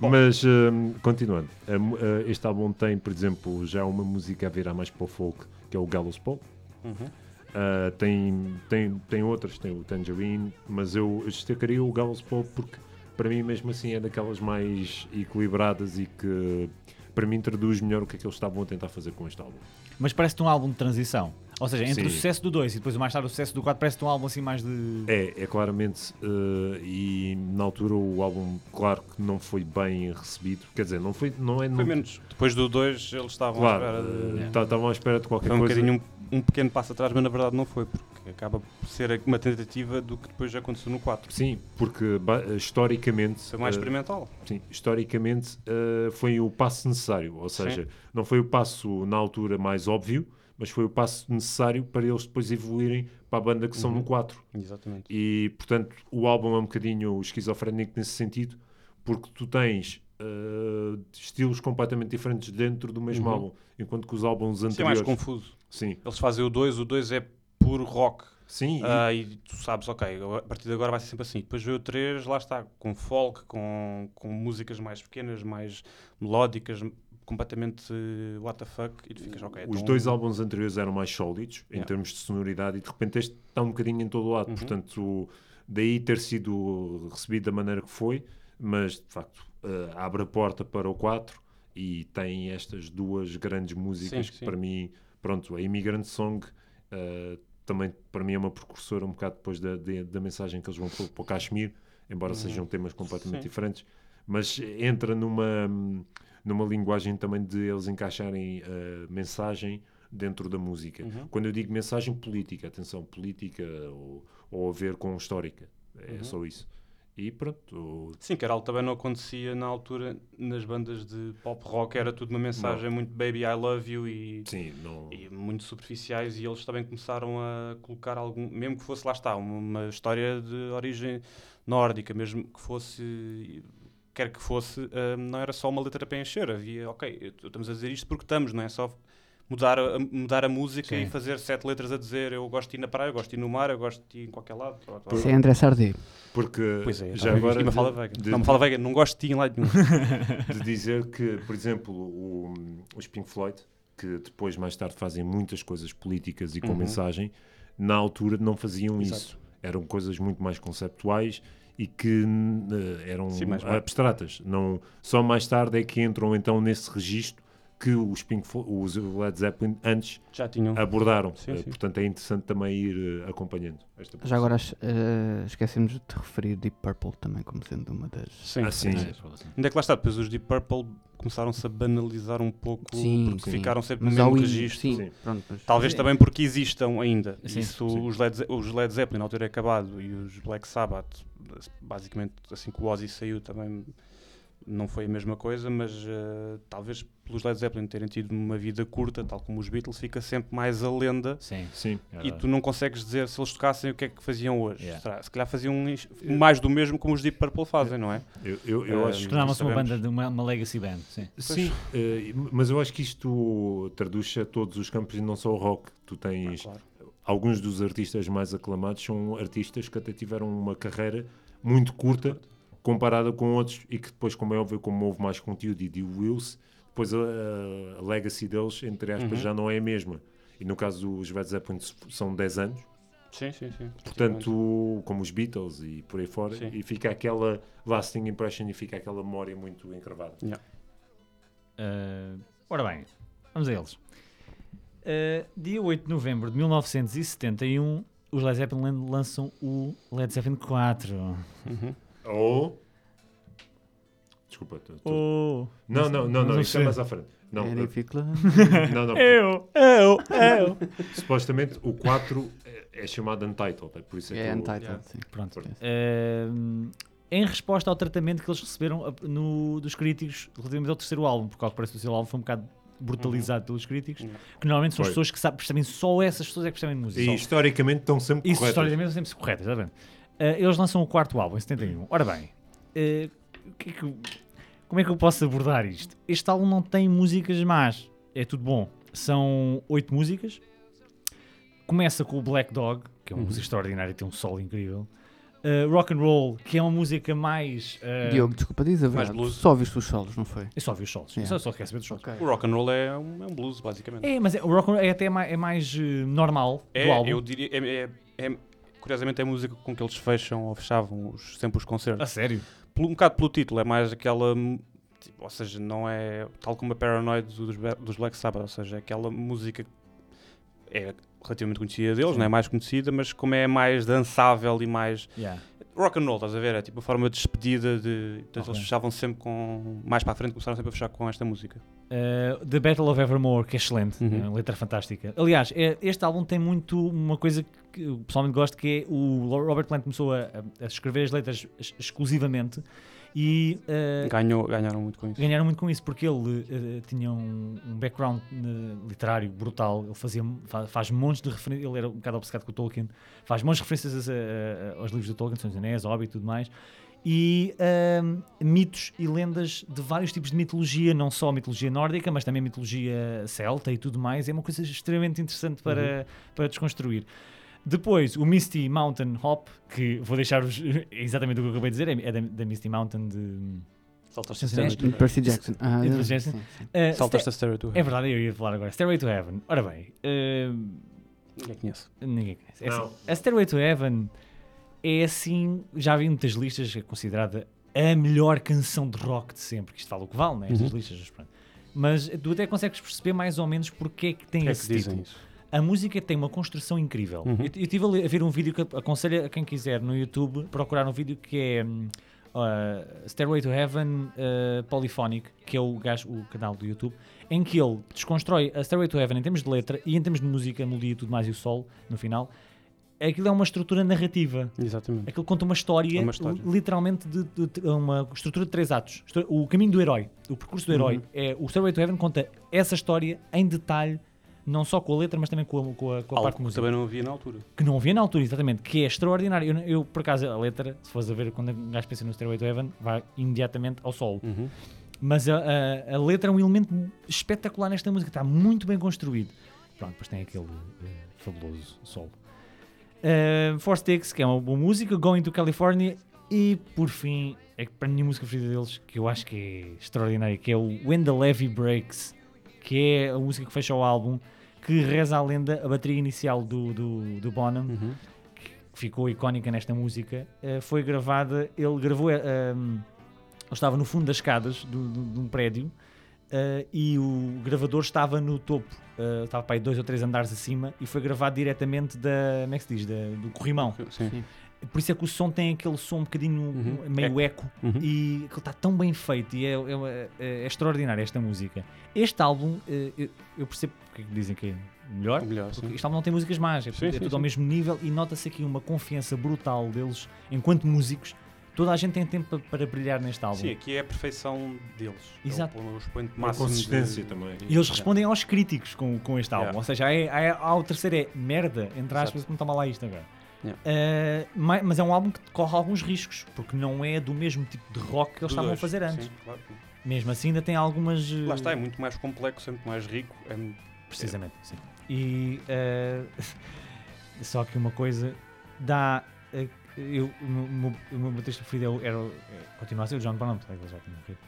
S5: Mas, hum, continuando, a mu- eh, este álbum tem, por exemplo, já uma música a virar mais para o folk, que é o Gallows Pole.
S2: Uhum.
S5: Uh, tem, tem, tem outras, tem o Tangerine, mas eu eu destacaria o Gallows Pop porque para mim mesmo assim é daquelas mais equilibradas e que para mim traduz melhor o que é que eles estavam a tentar fazer com este álbum.
S4: Mas parece-te um álbum de transição. Ou seja, entre o
S5: Sim.
S4: sucesso do 2 e depois o mais tarde o sucesso do 4, parece-te um álbum assim mais de.
S5: É, é claramente, uh, e na altura o álbum, claro que não foi bem recebido, quer dizer, não foi, não é
S2: Foi
S5: no-
S2: menos. Depois do 2 eles estavam à
S5: Claro,
S2: espera de-
S5: uh, tá- estavam à espera de qualquer
S2: Foi um
S5: coisa.
S2: bocadinho um, um pequeno passo atrás, mas na verdade não foi, porque acaba por ser uma tentativa do que depois aconteceu no 4.
S5: Sim, porque ba- historicamente.
S2: Foi mais
S5: uh,
S2: experimental.
S5: Sim, historicamente uh, foi o passo necessário, ou seja, não foi o passo na altura mais óbvio, mas foi o passo necessário para eles depois evoluírem para a banda que são
S2: Uhum.
S5: no 4.
S2: Exatamente.
S5: E, portanto, o álbum é um bocadinho esquizofrénico nesse sentido, porque tu tens uh, estilos completamente diferentes dentro do mesmo
S2: Uhum.
S5: álbum, enquanto que os álbuns
S2: Isso é mais
S5: anteriores...
S2: confuso.
S5: sim,
S2: Eles fazem o 2, o 2 é puro rock.
S5: sim, e-
S2: Ah, e tu sabes, ok, agora- a partir de agora vai ser sempre assim. Depois veio o 3, lá está, com folk, com, com músicas mais pequenas, mais melódicas, completamente eh, what the fuck, e tu ficas, ok.
S5: Os
S2: então-
S5: dois álbuns anteriores eram mais sólidos em
S2: Yeah. Uhum.
S5: termos de sonoridade e de repente este está um bocadinho em todo o lado. Portanto, o- daí ter sido recebido da maneira que foi, mas de facto eh, abre a porta para o 4 e tem estas duas grandes músicas
S2: Sim,
S5: que
S2: sim.
S5: para mim, pronto, a Immigrant Song eh, também para mim é uma precursora um bocado depois da, de- da mensagem que eles vão pôr para o Kashmir, embora sejam temas completamente
S2: Uhum. Sim.
S5: diferentes, mas entra numa, numa linguagem também de eles encaixarem a mensagem dentro da música.
S2: Uhum.
S5: Quando eu digo mensagem política, atenção, política ou, ou a ver com histórica, é
S2: Uhum.
S5: só isso. E pronto, o-
S2: Sim, que era algo que também não acontecia na altura nas bandas de pop rock, era tudo uma mensagem muito baby I love you e,
S5: sim, não...
S2: e muito superficiais e eles também começaram a colocar algum, mesmo que fosse lá está, uma, uma história de origem nórdica, mesmo que fosse quer que fosse, ah, não era só uma letra para encher, havia, ok, eu- estamos a dizer isto porque estamos, não é só mudar a, mudar a música
S4: Sim.
S2: e fazer sete letras a dizer eu gosto de ir na praia, eu gosto de ir no mar, eu gosto de ir em qualquer lado. Pronto,
S5: Por-
S3: Isso é André Sardé.
S5: Porque
S2: Pois é,
S5: já agora
S2: e
S5: de,
S2: Mafalda Veiga.
S5: de-
S2: não, Mafalda Veiga, não gosto de ti em lado nenhum.
S5: de dizer que, por exemplo, o, os Pink Floyd, que depois mais tarde fazem muitas coisas políticas
S2: Uhum.
S5: e com mensagem, na altura não faziam isso. Eram coisas muito mais conceptuais e que eh, eram
S2: Sim, mais-
S5: abstratas. Não, só mais tarde é que entram então nesse registro que os, Pink Floyd, os Led Zeppelin antes
S2: Já tinham.
S5: abordaram.
S2: Sim,
S5: Eh,
S2: sim.
S5: Portanto, é interessante também ir eh, acompanhando. Esta
S3: Já agora eh, esquecemos de te referir Deep Purple também como sendo uma das.
S2: Sim.
S5: Assim,
S4: Não, é só assim.
S2: Ainda que lá está, depois os Deep Purple começaram-se a banalizar um pouco,
S3: Sim,
S2: porque
S3: sim.
S2: ficaram sempre
S3: Mas
S2: no
S3: ao
S2: mesmo
S3: índio,
S2: registro.
S3: Sim,
S5: Sim.
S3: pronto. mas-
S2: Talvez também porque existam ainda.
S4: Sim,
S2: Isso,
S4: sim.
S2: Os, Led, Ze- os Led Zeppelin, na altura é acabado, e os Black Sabbath, basicamente assim que o Ozzy saiu também não foi a mesma coisa, mas eh, talvez pelos Led Zeppelin terem tido uma vida curta, tal como os Beatles, fica sempre mais a lenda
S4: Sim.
S5: Sim.
S4: é
S2: e
S4: verdade.
S2: tu não consegues dizer se eles tocassem o que é que faziam hoje.
S4: Yeah.
S2: Será? Se calhar faziam um is- mais do mesmo como os Deep Purple fazem, não é?
S5: Eu, eu, eu
S2: Eh,
S5: acho
S4: Tornavam-se uma
S2: sabemos.
S4: banda de uma, uma legacy band. Sim.
S5: Sim, eh, mas eu acho que isto traduz a todos os campos e não só o rock. Tu tens
S2: Ah, Claro.
S5: alguns dos artistas mais aclamados são artistas que até tiveram uma carreira muito curta comparada com outros e que depois, como é óbvio, como houve mais conteúdo e de Wills, depois a, a legacy deles, entre aspas, já não é a mesma. E no caso dos Led Zeppelin são 10 anos,
S2: Sim, sim, sim.
S5: portanto, como os Beatles e por aí fora,
S2: Sim.
S5: e fica aquela lasting impression e fica aquela memória muito encravada.
S4: Ah, ora bem, vamos a eles. Ah, dia 8 de novembro de 1971, os Led Zeppelin lançam o Led Zeppelin 4.
S2: Uhum.
S5: Ou. Desculpa, tu- tu-
S4: Oh,
S5: Não, não, não, não,
S4: Mas
S5: isso é
S4: você-
S5: mais à frente. Não,
S3: Eric
S5: eh,
S3: Fickler.
S5: não, não.
S4: eu, eu, eu.
S5: Supostamente o 4 é- é chamado Untitled, é por isso é,
S3: É
S5: que o-
S3: Untitled,
S2: Yeah.
S3: sim.
S4: Pronto.
S5: Pronto.
S4: Ahm, em resposta ao tratamento que eles receberam ah, no- dos críticos relativamente ao terceiro álbum, porque ao que parece o seu álbum foi um bocado brutalizado pelos críticos,
S2: Uhum.
S4: que normalmente são as
S5: Foi.
S4: pessoas que sabem, percebem só essas pessoas é que percebem de música.
S5: E
S4: Só-
S5: historicamente estão sempre
S4: Isso,
S5: corretas.
S4: historicamente, sempre corretas, exatamente. Ah, eles lançam o quarto álbum, em 71. Ora bem, ah, o que é que eu- como é que eu posso abordar isto? Este álbum não tem músicas más, é tudo bom. São oito músicas. Começa com o Black Dog, que é uma música extraordinária, tem um solo incrível. Ah, rock and Roll, que é uma música mais... ah,
S3: Diogo, desculpa, diz a verdade.
S2: blues.
S3: Só viste os solos, não foi?
S4: Eu só vi os solos,
S3: Yeah.
S4: só, só quero saber dos solos.
S2: O rock and roll é um, é um blues, basicamente.
S4: É, mas é- o rock and roll é até mais, é mais ah, normal do álbum.
S2: É, eu diria. É, é- é- curiosamente, é a música com que eles fecham ou fechavam os- sempre os
S4: A
S2: concertos.
S4: sério?
S2: Pelo- um bocado pelo título, é mais aquela. hum, tipo, ou seja, não é. Tal como a Paranoid dos, Be- dos Black Sabbath, ou seja, é aquela música. que É relativamente conhecida deles, não é mais conhecida, mas como é mais dançável e mais
S4: Yeah.
S2: rock and roll, estás a ver? É tipo uma forma de despedida de. Portanto,
S4: Ok.
S2: eles fechavam sempre com. Mais para a frente começaram sempre a fechar com esta música.
S4: Uh, The Battle of Evermore, que é excelente,
S2: Uhum.
S4: é uma letra fantástica. Aliás, é- este álbum tem muito uma coisa que eu pessoalmente gosto, que é o Robert Plant começou a, a- a escrever as letras ex- exclusivamente e uh,
S2: Ganhou, ganharam muito com isso.
S4: ganharam muito com isso, porque ele uh, tinha um, um background uh, literário brutal, ele fazia, fa- faz montes de referências, ele era um bocado obcecado com o Tolkien, faz montes de referências a- a- a- aos livros do Tolkien, São dos Anéis, Hobbit e tudo mais, e hum, mitos e lendas de vários tipos de mitologia, não só a mitologia nórdica, mas também a mitologia celta e tudo mais. É uma coisa extremamente interessante para, para desconstruir. Depois, o Misty Mountain Hop, que vou deixar-vos é exatamente o que eu acabei de dizer, é da, da Misty Mountain de.
S2: Saltaste
S4: Sim, sim.
S2: a cena.
S3: Percy Jackson. Ah,
S4: Percy
S3: é,
S4: Jackson.
S3: sim, sim.
S4: Ah,
S2: Saltaste a Stereo to
S4: é verdade, eu ia falar agora. Stairway to Heaven. Ora bem, hum,
S2: Ninguém conhece.
S4: Ninguém conhece. É
S5: Não.
S4: assim, a Stairway to Heaven é assim, já vi muitas
S2: Uhum.
S4: listas, é considerada a melhor canção de rock de sempre, que isto vale o que vale, né? Estas listas, mas pronto. mas tu até consegues perceber mais ou menos porque é que tem
S2: que é que
S4: esse título.
S2: dizem isso?
S4: A música tem uma construção incrível. Eu eu estive a, le- a ver um vídeo que ap- aconselho a quem quiser no YouTube procurar um vídeo que é hum, ah, Stairway to Heaven ah, Polyphonic, que é o, gajo, o canal do YouTube, em que ele desconstrói a Stairway to Heaven em termos de letra e em termos de música, melodia e tudo mais, e o sol no final. Aquilo é uma estrutura narrativa.
S2: Exatamente.
S4: Aquilo conta uma história,
S2: É uma história.
S4: li- literalmente de, de- de- uma estrutura de três atos. Histó- O caminho do herói, o percurso do
S2: Uhum.
S4: herói. É, o Stairway to Heaven conta essa história em detalhe, não só com a letra, mas também com a, com a- com a
S2: Algo
S4: parte
S2: que
S4: musical.
S2: também não havia na altura.
S4: Que não havia na altura, exatamente, que é extraordinário. Eu, eu, por acaso, a letra, se fores a ver quando um gajo pensa no Stairway to Heaven, vai imediatamente ao solo.
S2: Uhum.
S4: Mas a, a- a letra é um elemento espetacular nesta música, está muito bem construído. Pronto, depois tem aquele eh, fabuloso solo. Uh, Force Takes, que é uma boa música, Going to California e por fim, é que para a minha música preferida deles, que eu acho que é extraordinária, que é o When the Levy Breaks, que é a música que fecha o álbum, que reza a lenda, a bateria inicial do, do, do Bonham
S2: Uhum.
S4: que ficou icónica nesta música, eh, foi gravada. Ele gravou. eh, ehm, ele estava no fundo das escadas do- do- de um prédio eh, e o gravador estava no topo, eh, estava para aí dois ou três andares acima e foi gravado diretamente da. Como é que se diz? Da- do corrimão.
S2: Sim.
S4: Por isso é que o som tem aquele som um bocadinho
S2: Uhum.
S4: meio eco,
S2: Uhum.
S4: e aquilo está tão bem feito e é, é uma- é- é extraordinária esta música. Este álbum, eh, eu, eu percebo porque é que dizem que é melhor,
S2: Melhor,
S4: porque
S2: sim.
S4: este álbum não tem músicas más, é,
S2: Sim,
S4: é
S2: sim,
S4: tudo ao
S2: sim.
S4: mesmo nível e nota-se aqui uma confiança brutal deles enquanto músicos. Toda a gente tem tempo pa- para brilhar neste álbum.
S2: Sim, aqui é a perfeição deles. É o-
S4: Exato.
S2: o expoente
S5: Uma
S2: máximo de-
S5: consistência também.
S4: E eles respondem aos críticos com, com este álbum.
S2: Yeah.
S4: Ou seja, há, há, há o terceiro é merda, entre aspas, como está mal lá isto agora.
S2: Yeah.
S4: Eh, ma- mas é um álbum que corre alguns riscos, porque não é do mesmo tipo de rock que
S2: dos
S4: eles estavam a
S2: dois.
S4: fazer antes.
S2: Sim, claro.
S4: Mesmo assim, ainda tem algumas. eh,
S2: Lá está, é muito mais complexo, é muito mais rico. É muito-
S4: Precisamente, sim. É. E eh, só que uma coisa dá. eh, eu, o meu- o meu- o meu baterista preferido é o- era, o- é, continua a ser o John Bonham, apesar que ele já tinha morrido.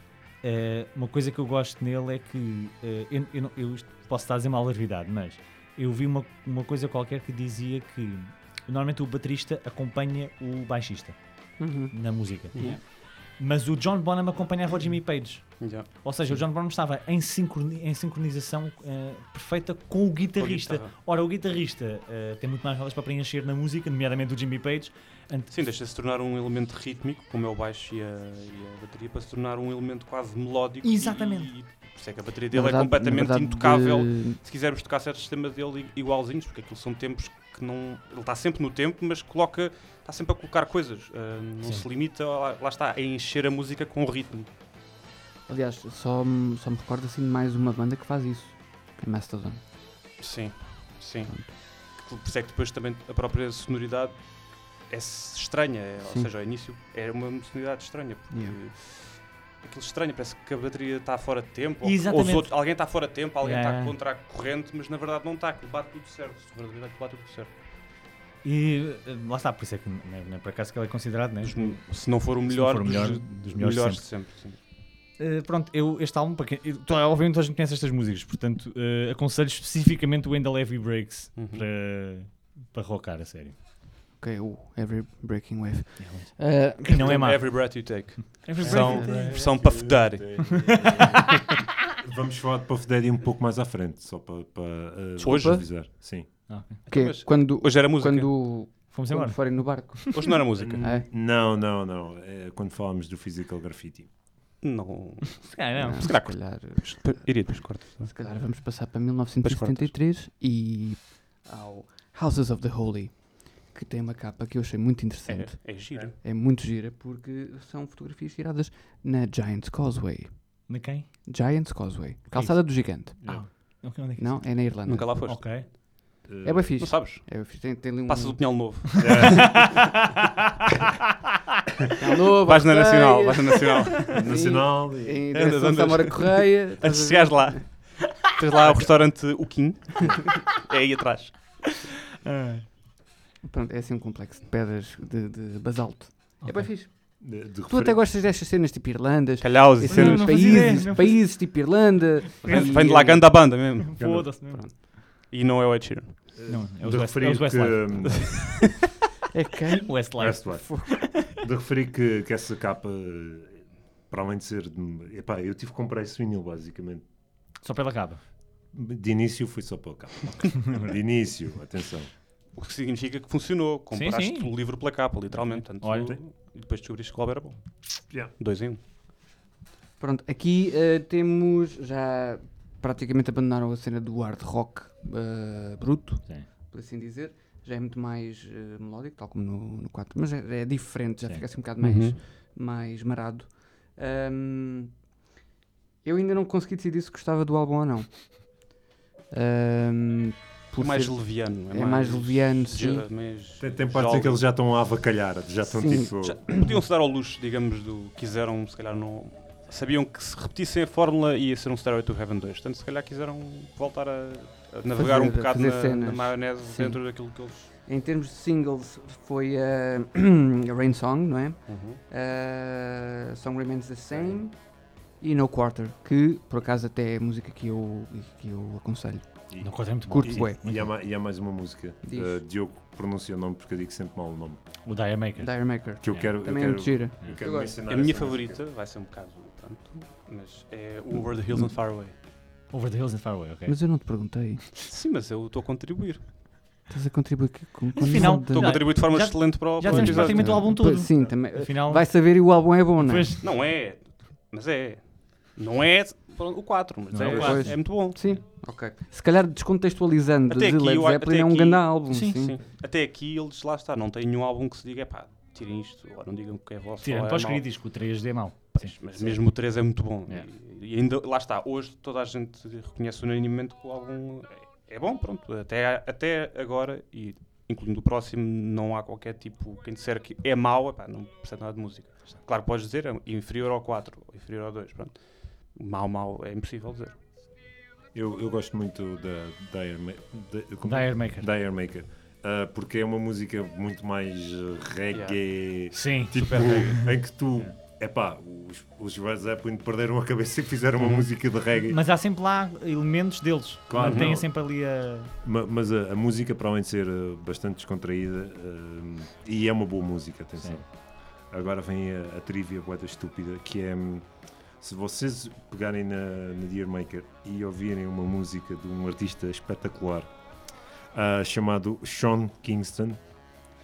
S4: Eh, uma coisa que eu gosto nele é que eh, eu, eu, não- eu isto posso estar a dizer uma alarvidade, mas eu vi uma, uma coisa qualquer que dizia que normalmente o baterista acompanha o baixista
S3: Uhum.
S4: na música,
S2: Uhum.
S4: mas o John Bonham acompanhava o Jimmy Page.
S2: Yeah.
S4: Ou seja, o John Bonham estava em, sincroni- em sincronização eh, perfeita com o guitarrista.
S2: Com a guitarra.
S4: Ora, o guitarrista eh, tem muito mais rodas para preencher na música, nomeadamente o Jimmy Page. Ante-
S2: Sim, deixa-se tornar um elemento rítmico, como é o baixo e a, e a bateria, para se tornar um elemento quase melódico. e-
S4: Exatamente.
S2: e- por isso é que a bateria
S3: Na
S2: dele
S3: verdade-
S2: é completamente
S3: na verdade,
S2: intocável.
S3: de-
S2: Se quisermos tocar certos temas dele i- igualzinhos, porque aquilo são tempos que não. Ele está sempre no tempo, mas coloca. Está sempre a colocar coisas. ah, não
S4: Sim.
S2: se limita, a- lá está, a encher a música com o ritmo.
S3: Aliás, só, me- só me recordo assim de mais uma banda que faz isso, que é Mastodon.
S2: Sim, sim. Por isso é que depois também a própria sonoridade é s- estranha, é- ou
S3: Sim.
S2: seja, ao início é uma sonoridade estranha, porque
S3: Yeah.
S2: aquilo estranho, parece que a bateria está fora de tempo, ou, que- ou os
S4: Exatamente.
S2: outros- alguém está fora de tempo, alguém
S4: Yeah.
S2: está contra a corrente, mas na verdade não está, aquilo bate tudo certo, se for a verdade, aquilo bate tudo certo.
S4: E eh, lá está, por isso é que não é, não é por acaso que ele é considerado, né?
S2: Dos m- se não for o
S4: Se
S2: melhor,
S4: for o
S2: dos-
S4: melhor
S2: dos,
S4: dos melhores
S2: melhores,
S4: sempre.
S2: de sempre. sim.
S4: Eh, pronto, eu, este álbum, para quem, eu, to- obviamente toda a gente conhece estas músicas, portanto eh, aconselho especificamente o End the Heavy Breaks
S2: Uhum.
S4: para, para rockar, a sério.
S3: Ok, é o Every Breaking Wave. Ah,
S4: Que não é má.
S2: Every breath you take.
S4: Every
S2: São-
S4: Breath You Take.
S2: Versão Puff Daddy.
S5: Vamos falar de Puff Daddy um pouco mais à frente, só para, para eh,
S3: Desculpa?
S5: avisar. Sim.
S4: Ah, ok.
S3: que é
S2: Então, Mas
S3: quando,
S2: Hoje era música.
S3: quando,
S4: Fomos
S3: quando
S4: embora.
S3: forem no barco.
S2: Hoje não era música.
S3: Ah, é?
S5: Hum. Não, não, não. É quando falámos do Physical Graffiti.
S2: não.
S4: Se calhar não.
S3: Não,
S2: se calhar
S3: se calhar,
S2: Iria depois corto.
S3: se calhar vamos passar para 1973 e ao Houses of the Holy, que tem uma capa que eu achei muito interessante.
S2: É, é giro.
S3: É muito gira porque são fotografias tiradas na Giant Causeway.
S4: De quem?
S3: Giant Causeway.
S4: é
S3: Calçada do gigante.
S4: Ah, ok, onde é que
S3: Não, é na Irlanda.
S2: Nunca lá foste.
S4: Ok.
S5: Eh,
S3: É bem
S2: Não
S3: fixe.
S2: sabes?
S3: É bem fixe. Tem, tem ali um...
S2: Passas o Pinhal Novo.
S3: Alô,
S2: Vais na
S3: Barreira.
S2: Nacional, vais na Nacional.
S5: Nacional. e-
S3: Em
S2: Andas,
S3: direção a
S2: andas.
S3: Samora Correia.
S2: Antes de chegares lá, tens lá o restaurante O Kim. É aí atrás. Ah.
S3: Pronto, é assim um complexo de pedras de, de basalto. É bem fixe.
S5: de- de
S3: Tu até
S5: referência.
S3: gostas destas cenas tipo Irlandas.
S2: Calhaus e
S3: Esses
S4: Não,
S2: cenas.
S4: não fazia ideia,
S3: países,
S4: não fazia-
S3: países tipo Irlanda.
S2: Vem
S3: e- eh,
S2: vem de lá ganda a banda mesmo.
S4: Foda-se mesmo.
S2: E não é o Ed Sheeran.
S4: Não, é os
S5: de
S4: West-
S5: referir
S4: é os Westlife.
S5: que- hum,
S3: É quem?
S2: hum,
S4: Westlife.
S5: Westlife. De referir que, que essa capa, eh, para além de ser. de- Epá, eu tive que comprar esse vinil, basicamente.
S4: Só pela capa.
S5: De início fui só pela capa. De início, atenção.
S2: O que significa que funcionou. Compraste
S4: sim.
S2: o livro pela capa, literalmente. Portanto,
S4: Olha.
S2: tu- e depois descobriste que o álbum era bom.
S5: Yeah.
S2: Dois em um.
S3: Pronto, aqui eh, temos já praticamente abandonaram a cena do hard rock eh, bruto,
S4: Sim.
S3: por assim dizer. Já é muito mais eh, melódico, tal como no, no 4, mas é, é diferente, já
S4: Sim.
S3: fica assim um bocado
S2: Uhum.
S3: mais, mais marado. Ahm, eu ainda não consegui decidir se gostava do álbum ou não. Ahm, por
S2: É mais
S3: ser-
S2: leviano. É,
S3: é mais leviano, sim.
S2: ge- mais
S5: Tem, tem partes em que
S2: jovem.
S5: eles já estão a avacalhar, já estão
S3: Sim.
S5: tipo.
S2: Já- Podiam-se dar ao luxo, digamos, do quiseram, se calhar não. Sabiam que se repetissem a fórmula ia ser um Stairway to Heaven 2. Portanto, se calhar quiseram voltar a, a navegar um
S3: Fazer-
S2: bocado
S3: fazer
S2: na,
S3: cenas.
S2: na maionese
S3: Sim.
S2: dentro daquilo que eles.
S3: Em termos de singles, foi eh, a Rain Song, não é?
S2: Uhum.
S3: Uh, Song Remains the Same e No Quarter, que por acaso até é a música que eu, que eu aconselho.
S5: E-
S4: Não conta muito bom.
S3: Curto,
S5: e-
S3: bué.
S5: e, há, ma- e há mais uma música.
S3: Diz.
S5: Eh, Diogo pronuncia o nome porque eu digo sempre mal o nome.
S4: O Dire Maker.
S3: Dire Maker.
S5: Que eu
S4: É.
S5: quero. eu
S3: Também é
S5: quero-
S3: muito gira.
S5: eu
S3: Eu
S5: quero
S3: gosto.
S5: mencionar
S2: A minha
S5: essa
S2: favorita vai ser um bocado tanto, mas é o Over the Hills and Far Away.
S4: Over the Hills and Far Away, ok.
S3: Mas eu não te perguntei.
S2: Sim, mas eu estou a contribuir.
S3: Estás a contribuir aqui com, um com
S4: Afinal,
S3: nada.
S2: Estou a
S4: Não,
S2: contribuir de forma
S4: já-
S2: excelente para o
S4: já
S2: para o
S4: temos
S2: episódio.
S4: praticamente o álbum todo.
S3: Sim, também.
S4: Afinal,
S3: Vai saber e o álbum é bom, não é?
S4: depois
S2: Não é, mas é. Não é pronto, o 4, mas
S4: Não é
S2: é,
S4: o
S3: quatro.
S2: é muito bom.
S3: Sim, ok. Se calhar descontextualizando,
S2: Até
S3: The
S2: aqui,
S3: Led
S2: eu a-
S3: Zeppelin
S2: até
S3: é um
S2: aqui-
S3: grande álbum. Sim,
S4: Sim,
S2: Sim. Até aqui eles lá está, não tem nenhum álbum que se diga, pá, tirem isto, ou não digam que é vosso. ou
S4: tirando
S2: é
S4: para os
S2: mau."
S4: críticos, que o 3D é mau. Sim.
S2: Mas mesmo o 3 é muito bom.
S4: É.
S2: E, e ainda, lá está, hoje toda a gente reconhece unanimemente que o álbum é, é bom, pronto. Até, até agora, e incluindo o próximo, não há qualquer tipo, quem disser que é mau, epá, não percebe nada de música. Claro que podes dizer, é inferior ao 4, ou inferior ao 2, pronto. Mau, mau, é impossível dizer.
S5: Eu, eu gosto muito da Dire, Ma da- como é?
S4: Dire Maker.
S5: Dire Maker. Ah, porque é uma música muito mais eh, reggae.
S4: Sim.
S5: Tipo, em que tu. Epá, os, os Red Zeppelin perderam a cabeça e fizeram uma música de reggae.
S4: Mas há sempre lá elementos deles. que
S5: Claro,
S4: Mantêm
S5: não.
S4: sempre ali a.
S5: Ma- mas a, a música, para além de ser eh, bastante descontraída, eh, e é uma boa música, atenção. Agora vem a, a trivia boeda estúpida, que é hum, se vocês pegarem na, na Dear Maker e ouvirem uma música de um artista espetacular ah, chamado Sean Kingston.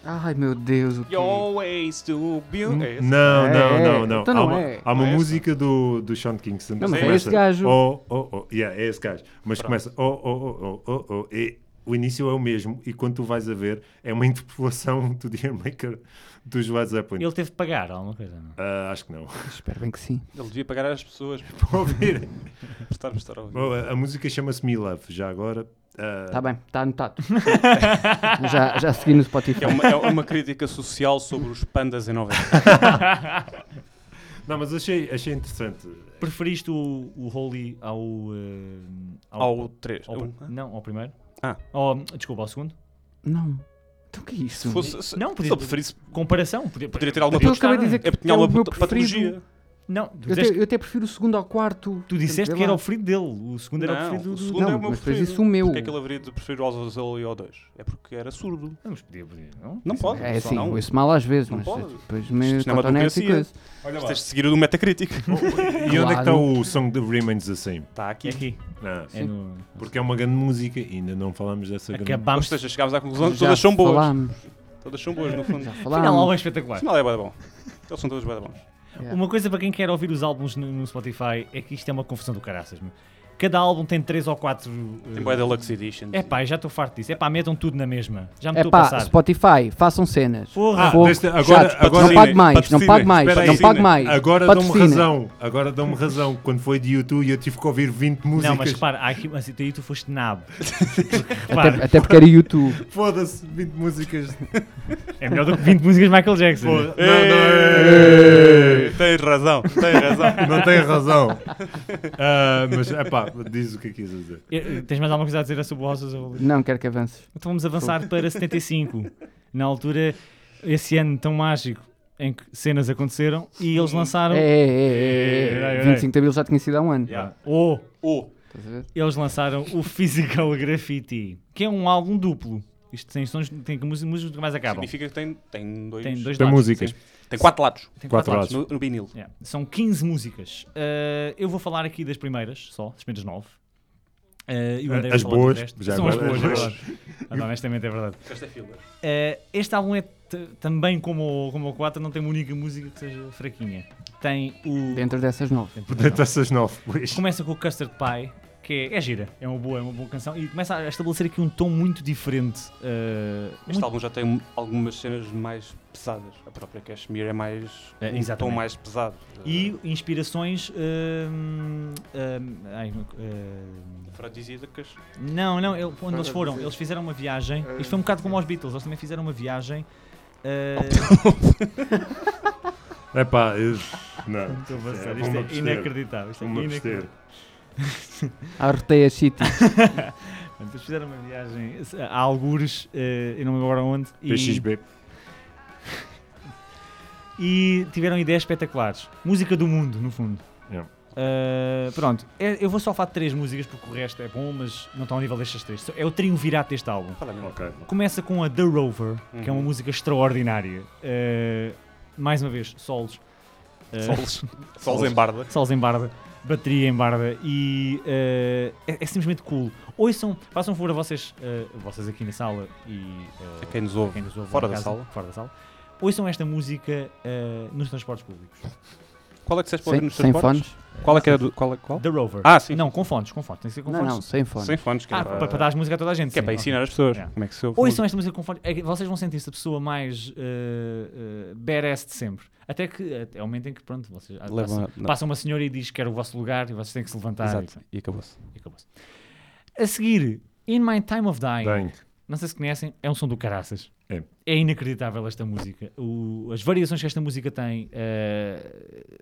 S3: Ai meu Deus, o que
S2: You always do beauty. É esse?
S5: Não,
S3: É,
S5: não,
S3: é.
S5: não, não.
S3: Então
S5: há
S3: não
S5: uma,
S3: é.
S5: há uma
S2: Não é
S5: música do, do Sean Kingston.
S3: Não,
S5: que
S3: mas é
S5: começa,
S3: esse gajo.
S5: Oh, oh, oh. Yeah, é esse gajo. Mas começa. Oh, oh, oh, oh, oh, oh. E o início é o mesmo. E quando tu vais a ver, é uma interpolação do Dear Maker dos Led Zeppelin.
S4: Ele teve de pagar alguma coisa, não?
S5: Ah, acho que não.
S3: Espero bem que sim.
S2: Ele devia pagar às pessoas por
S5: Para ouvir.
S2: estarmos estar a ouvir.
S5: Bom, a, a música chama-se Me Love, já agora. Ah,
S3: Está Tá bem, está anotado. já, já segui no Spotify.
S2: É uma, é uma crítica social sobre os pandas em Nova Iorque.
S5: Não, mas achei, achei interessante.
S4: Preferiste o, o Holy ao. eh,
S2: Ao É um- 3.
S4: ao- não, ao primeiro.
S2: Ah.
S4: Ao- desculpa, ao segundo.
S3: Não. Então o que é isso?
S2: Se fosse, se,
S4: Não,
S2: se
S4: podia,
S2: eu preferisse,
S4: comparação. Podia,
S2: poderia ter alguma
S3: Eu
S2: patologia.
S3: acabei de dizer que
S2: É porque tinha
S3: é o
S2: uma
S3: meu
S2: pat-
S3: preferido.
S2: patologia.
S4: Não, tu
S3: Eu até,
S4: disseste,
S3: eu até prefiro o segundo ao quarto.
S4: tu disseste
S3: Vê
S4: que era
S3: lá.
S4: um o preferido dele. O segundo era o preferido
S2: o
S4: do.
S2: segundo
S3: Não,
S2: é o meu
S3: mas fez
S2: preferido.
S3: isso o meu.
S2: Porquê é que ele haveria de preferir o Oswald e ao 2? É porque era surdo.
S4: Não, mas podia, podia. Não?
S2: Não pode.
S3: É
S2: só
S3: assim,
S2: não.
S3: ouço mal às vezes,
S2: Não
S3: mas
S2: pode.
S3: depois me
S2: Isto não é uma
S3: cotonete e assim coisa.
S2: democracia.
S4: É
S2: Tens de seguir o do Metacritic.
S5: E onde é que está
S3: Claro.
S5: o Song de Remains the Same?
S2: Está aqui.
S4: É aqui.
S5: Ah,
S4: É no, é
S5: porque é uma grande música e ainda não falamos
S2: É
S5: dessa grande
S2: Ou
S4: acabámos.
S2: seja, chegámos à conclusão que
S3: Já
S2: todas são boas.
S3: Falámos,
S2: Todas são boas, no fundo.
S3: já
S4: Afinal, algo é
S3: falámos.
S4: espetacular.
S2: Afinal é bué da bom. Eles são todos bué da bons.
S3: Yeah.
S4: Uma coisa para quem quer ouvir os álbuns no, no Spotify é que isto é uma confusão do caraças. meu. Cada álbum tem 3 ou 4.
S2: Tem bué Deluxe Edition.
S4: É pá, já estou farto disso. É pá, metam tudo na mesma. Já me
S3: É
S4: estou a
S3: pá,
S4: passar.
S3: Spotify, façam cenas.
S4: Porra.
S5: Ah,
S3: Fogo,
S5: deixa- agora-
S3: chatos,
S5: agora-
S3: não pague mais, não
S2: patrocinem,
S3: pague mais,
S5: Espera
S3: não
S5: aí.
S3: pague mais.
S5: Agora dão-me
S3: Patrocina.
S5: razão. Agora dão-me razão. Quando foi de YouTube, eu tive que ouvir 20 músicas.
S4: Não, mas repara, há aqui, mas até aí tu foste nabo. Porque,
S3: Até,
S4: repara,
S3: até porque era YouTube.
S5: Foda-se, 20 músicas.
S4: é melhor do que 20 músicas de Michael Jackson.
S5: Pô,
S4: né?
S5: não,
S3: é,
S5: não,
S2: Tens razão, tens razão.
S5: é, não tem razão. Ah, mas, é pá, diz o que é que quis dizer.
S4: Eh, eh, Tens mais alguma coisa a dizer sobre o Houses of
S3: Não quero que avances.
S4: Então vamos avançar para 75. Na altura, esse ano tão mágico em que cenas aconteceram e eles lançaram.
S3: É, é, é,
S4: Ei, ei,
S3: é, é.
S4: ei.
S3: 25 de Abril já tinha sido há um ano.
S2: Yeah.
S4: Oh,
S2: Oh,
S3: Estás a ver?
S4: eles lançaram o Physical Graffiti, que é um álbum duplo. Isto tem sons, tem que mús- músicas que mais acabam.
S2: significa que tem, tem dois.
S4: Tá Tem dois
S5: Tem
S4: lados.
S5: músicas.
S2: tem quatro lados.
S4: Tem
S5: Quatro
S4: quatro lados.
S5: lados.
S2: No, no vinil.
S4: Uh, Yeah. São 15 músicas. Eh, eu vou falar aqui das primeiras, só, das primeiras 9. Eh, e o André
S5: As
S4: vai falar do
S5: boas,
S4: resto.
S5: já
S4: São as
S5: agora,
S4: boas,
S5: as
S4: é
S5: boas.
S4: verdade. Ah, não, honestamente é verdade.
S2: Esta fila.
S4: Eh, este álbum é t- também como, o- como o 4, não tem uma única música que seja fraquinha. Tem o.
S3: Dentro dessas nove.
S5: Portanto, essas nove, pois.
S4: Começa com o Custard Pie, que é, é gira, é uma boa, é uma boa canção, e começa a estabelecer aqui um tom muito diferente. eh,
S2: Este
S4: muito-
S2: álbum já tem algumas cenas mais pesadas. A própria Kashmir é mais.
S4: É,
S2: um tom
S4: exatamente.
S2: mais pesado. Eh,
S4: e inspirações. ehm, ehm, ai, ehm,
S2: Afrodisíacas.
S4: não, não, ele- onde eles foram, eles fizeram uma viagem. Isto foi um bocado como aos Beatles, eles também fizeram uma viagem. eh,
S5: É pá, eu... não.
S4: estou a passar,
S5: vou-me
S4: isto é
S5: abster.
S4: inacreditável. Isto é
S5: Uma
S4: inacreditável.
S5: besteira.
S3: Arteia City.
S4: Portanto, Eles fizeram uma viagem a algures, eh, eu não me lembro agora onde, e,
S5: PXB.
S4: e tiveram ideias espetaculares. Música do mundo, no fundo.
S5: É.
S4: Eh, pronto, É- eu vou só falar de três músicas porque o resto é bom, mas não está ao nível destas três. É o triunvirato deste álbum.
S2: Fala-me.
S5: Ok.
S4: Começa com a The Rover, que é uma
S2: Uhum.
S4: música extraordinária. Eh, mais uma vez, solos. Eh,
S2: Solos. Solos em barda.
S4: solos em barda, bateria em barda e eh, é, é simplesmente cool. Ouçam, façam favor a vocês, eh, vocês aqui na sala e eh,
S2: A quem nos ouve.
S4: quem nos ouve
S2: Fora
S4: em
S2: da
S4: casa,
S2: sala.
S4: fora da sala. Ouçam esta música eh, nos transportes públicos.
S2: Qual é que vocês podem
S3: Sem,
S2: nos
S3: sem
S2: transportes?
S3: fones?
S2: Qual é que é do. Qual? é- qual?
S4: The Rover.
S2: Ah, sim.
S4: Não, com fones, com fones. Tem que ser com
S3: Não,
S4: fones.
S3: não, sem fones.
S2: Sem fones, que é
S4: Ah,
S2: para,
S4: para, para dar as músicas a toda a gente.
S2: que é
S4: sim,
S2: para
S4: ok.
S2: ensinar as pessoas
S4: Yeah.
S2: como é que se ouve.
S4: Ouçam esta música com fones. É que vocês vão sentir-se a pessoa mais eh, eh, badass de sempre. Até que eh, é o momento em que, pronto, vocês,
S2: Levam
S4: passa,
S2: a- não.
S4: passa uma senhora e diz que era o vosso lugar e vocês têm que se levantar. e-
S2: Exato. E acabou-se.
S4: E acabou-se. A seguir, In My Time of Dying.
S5: Bem,
S4: Não sei se conhecem, é um som do caraças.
S5: É.
S4: inacreditável esta música. O- as variações que esta música tem. eh,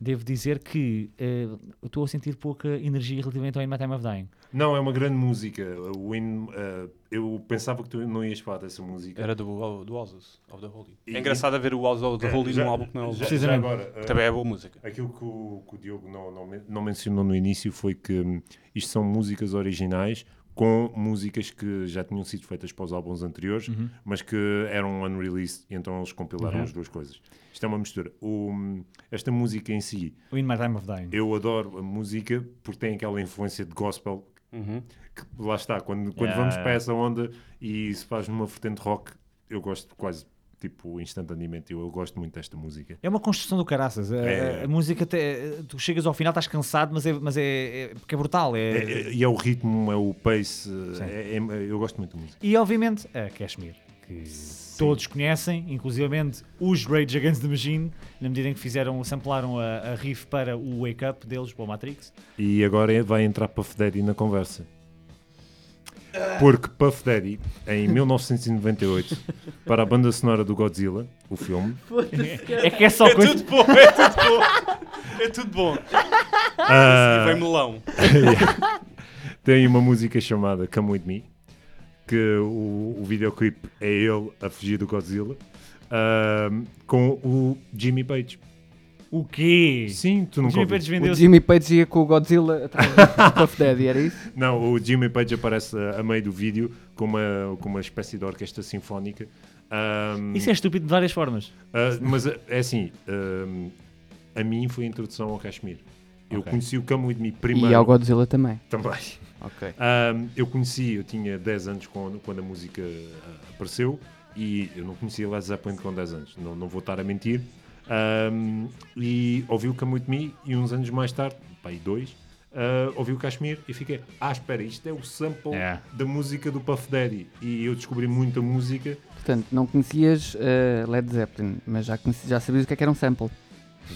S4: devo dizer que eh, eu estou a sentir pouca energia relativamente ao In My Time of Dying.
S5: Não, é uma grande música. O In- eh, eu pensava que tu não ias falar dessa música.
S2: Era do, do Houses of the Holy.
S5: E-
S2: É engraçado a ver o Houses of the
S5: Ok,
S2: Holy
S5: já-
S2: num álbum que não é o
S5: já- já
S4: Precisamente.
S5: agora, eh,
S2: Também é boa música.
S5: Aquilo que o, que o Diogo não, não, men- não mencionou no início foi que hum, isto são músicas originais com músicas que já tinham sido feitas para os álbuns anteriores, mas que eram unreleased, e então eles compilaram as duas coisas. Isto é uma mistura. O, hum, esta música em si,
S4: O In My Time of Dying.
S5: eu adoro a música porque tem aquela influência de gospel que lá está, quando, quando
S4: Yeah,
S5: vamos
S4: yeah.
S5: para essa onda e se faz numa vertente rock, eu gosto quase tipo instantaneamente, eu, eu gosto muito desta música.
S4: É uma construção do caraças. A,
S5: É.
S4: a- a música, até, tu chegas ao final, estás cansado, mas é, mas é, é- porque é brutal.
S5: É,
S4: É,
S5: é- e é o ritmo, é o pace, é- é- eu gosto muito da música.
S4: E obviamente a Kashmir, que todos conhecem, inclusivamente os Rage Against the Machine, na medida em que fizeram, samplaram a, a riff para o Wake Up deles, para o Matrix.
S5: E agora é- vai entrar Puff Daddy na conversa. Porque Puff Daddy, em 1998, para a banda sonora do Godzilla, o filme,
S4: É que é só coisa.
S2: bom, é tudo bom. É tudo bom.
S5: ah,
S2: Vem melão.
S5: tem uma música chamada Come With Me, que o, o videoclipe é ele a fugir do Godzilla, ahm, com o Jimmy Page.
S4: O quê?
S5: Sim, tu nunca
S4: Jimmy
S5: ouvi.
S4: Page
S3: O
S4: vendeu
S3: Jimmy Page ia com o Godzilla atrás do Puff Daddy, era isso?
S5: Não, o Jimmy Page aparece a, a meio do vídeo com uma, com uma espécie de orquestra sinfónica. ahm,
S4: Isso é estúpido de várias formas.
S5: Ah, mas ah, é assim, ahm, a mim foi a introdução ao Kashmir. Eu
S4: Ok.
S5: conheci o Come With Me primeiro
S3: E ao Godzilla também.
S5: também.
S3: Ok.
S5: Ahm, eu conheci, eu tinha 10 anos quando, quando a música ah, apareceu e eu não conhecia Led Zeppelin com 10 anos, não, não vou estar a mentir. Ahm, e ouvi o Come With Me e uns anos mais tarde, pá, e dois, ah, ouvi o Kashmir e fiquei, ah espera, isto é o sample
S4: É.
S5: da música do Puff Daddy. E eu descobri muita música,
S3: Portanto, não conhecias eh, Led Zeppelin, mas já, conheci- já sabias o que é que era um sample.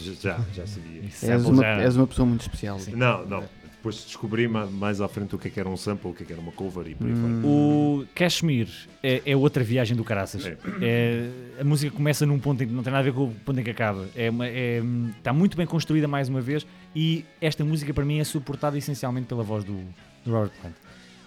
S5: já, já, já sabia.
S3: És uma, és uma pessoa muito especial.
S5: Não, não. Depois descobri ma- mais à frente o que é que era um sample, o que é que era uma cover e por aí
S4: Hum.
S5: fora.
S4: O Kashmir é, é outra viagem do caraças.
S5: É.
S4: É, a música começa num ponto em que não tem nada a ver com o ponto em que acaba. Está é uma- é, hum, está muito bem construída mais uma vez e esta música para mim é suportada essencialmente pela voz do, do Robert Plant.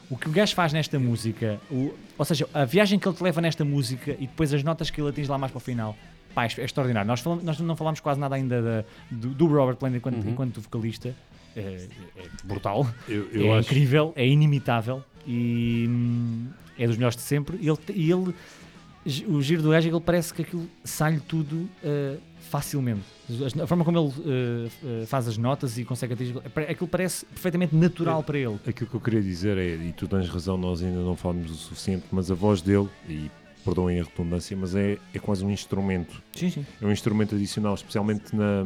S4: O que o gajo faz nesta música, o- ou seja, a viagem que ele te leva nesta música e depois as notas que ele atinge lá mais para o final, pá, é, é extraordinário. Nós, falam- nós não falámos quase nada ainda da- do, do Robert Plant enquanto, enquanto vocalista. É, é brutal
S5: Eu,
S4: é
S5: eu acho.
S4: incrível, é inimitável e hum, é dos melhores de sempre. E ele, te- e ele gi- o giro do gajo é que ele parece que aquilo sai-lhe tudo ah, facilmente. As- A forma como ele ah, ah, faz as notas e consegue atingir. é, pare- Aquilo parece perfeitamente natural para ele.
S5: Aquilo que eu queria dizer é, e tu tens razão, nós ainda não falamos o suficiente, mas a voz dele, e perdoem a redundância, mas é, é quase um instrumento.
S4: Sim, sim.
S5: É um instrumento adicional, especialmente na,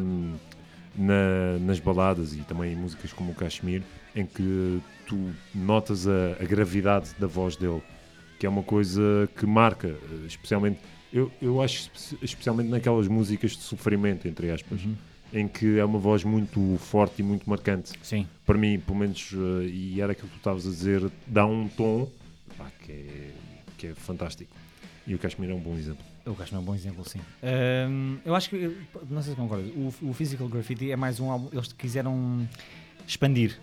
S5: na- nas baladas e também em músicas como o Kashmir, em que tu notas a, a gravidade da voz dele, que é uma coisa que marca, eh, especialmente, eu, eu acho, espe- especialmente naquelas músicas de sofrimento, entre aspas, em que é uma voz muito forte e muito marcante
S4: Sim.
S5: para mim, pelo menos, eh, e era aquilo que tu estavas a dizer, dá um tom pá, que, é, que é fantástico. E o Kashmir é um bom exemplo.
S4: O Gash é um bom exemplo, sim. Ahm, Hum, eu acho que, não sei se concordas, o, o Physical Graffiti é mais um álbum, eles quiseram expandir.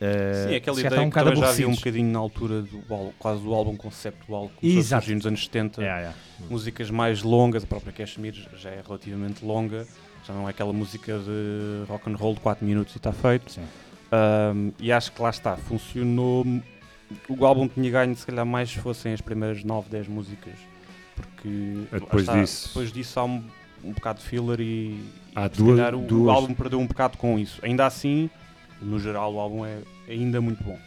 S2: Sim, é aquela ideia
S4: já está
S2: que também
S4: um bocado
S2: já havia um
S4: aborrecidos.
S2: bocadinho na altura do álbum, quase do álbum conceptual que começou a
S4: Exato.
S2: surgir nos anos 70.
S4: É, é.
S2: Músicas mais longas, a própria Cashmere já é relativamente longa, já não é aquela música de rock and roll de 4 minutos e está feito.
S4: Sim.
S2: Ahm, e acho que lá está, funcionou. O álbum tinha ganho se calhar mais se fossem as primeiras 9, 10 músicas. Porque
S5: Ah,
S2: lá
S5: depois
S2: está,
S5: disso-
S2: depois disso há um, um bocado de filler e,
S5: Há
S2: e se
S5: duas-
S2: calhar o, o
S5: duas-
S2: álbum perdeu um bocado com isso. Ainda assim, no geral o álbum é ainda muito bom.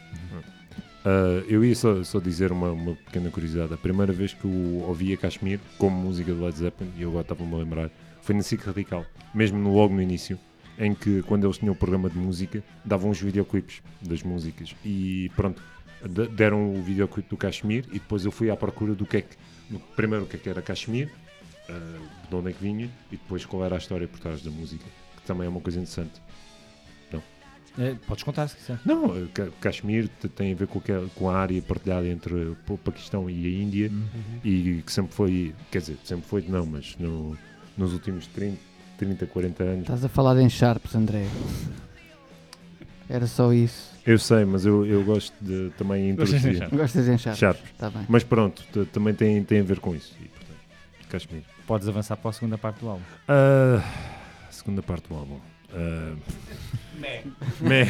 S5: Ah, eu ia só, só dizer uma, uma pequena curiosidade. A primeira vez que eu ouvia Kashmir como música do Led Zeppelin, e eu agora estava-me a lembrar, foi na SIC Radical, mesmo no- logo no início, em que quando eles tinham o programa de música, davam os videoclipes das músicas. E pronto, de- deram o videoclipe do Kashmir e depois eu fui à procura do que é que. no- Primeiro o que é que era Kashmir, ah, de onde é que vinha, e depois qual era a história por trás da música, que também é uma coisa interessante.
S4: Eh, podes contar se quiser.
S5: Não, eh, Ca- Kashmir te- tem a ver com, aquela- com a área partilhada entre o Pa- Paquistão e a Índia
S4: Uhum.
S5: e que sempre foi, quer dizer, sempre foi não, mas no- nos últimos 30, 30, 40 anos.
S4: Tá.
S3: Estás a falar de encharpes, André. Era só isso.
S5: Eu sei, mas eu, eu gosto de também
S4: Gostas de
S5: introduzir.
S4: deixar?
S3: Gostas de encharpes?
S5: Sharps.
S3: Está bem.
S5: Mas pronto, t- também tem, tem a ver com isso. E, portanto, Kashmir.
S4: Podes avançar para a segunda parte do álbum.
S5: Ah, segunda parte do álbum. Ah, Meh. É
S2: É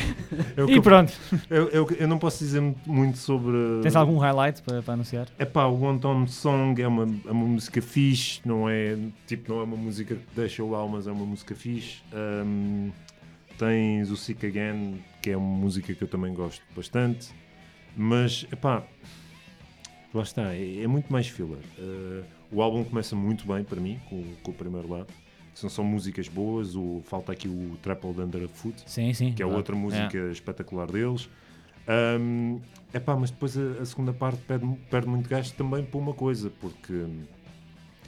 S5: Eu,
S4: E pronto,
S5: eu, eu, eu não posso dizer mu- muito sobre.
S4: tens algum highlight para, para anunciar?
S5: É pá, o One Tom Song é uma, é uma música fixe, não é, tipo, não é uma música que deixa o almas, é uma música fixe. Ahm, tens o Sick Again, que é uma música que eu também gosto bastante, mas é pá, lá está, é, é muito mais filler. Ah, o álbum começa muito bem para mim, com, com o primeiro lado, que são só músicas boas, o, falta aqui o Trampled Underfoot,
S4: Sim, sim.
S5: que é
S4: verdade.
S5: outra música espetacular deles. é epá, mas depois a, a segunda parte perde, mu- perde muito gasto também por uma coisa, porque hum,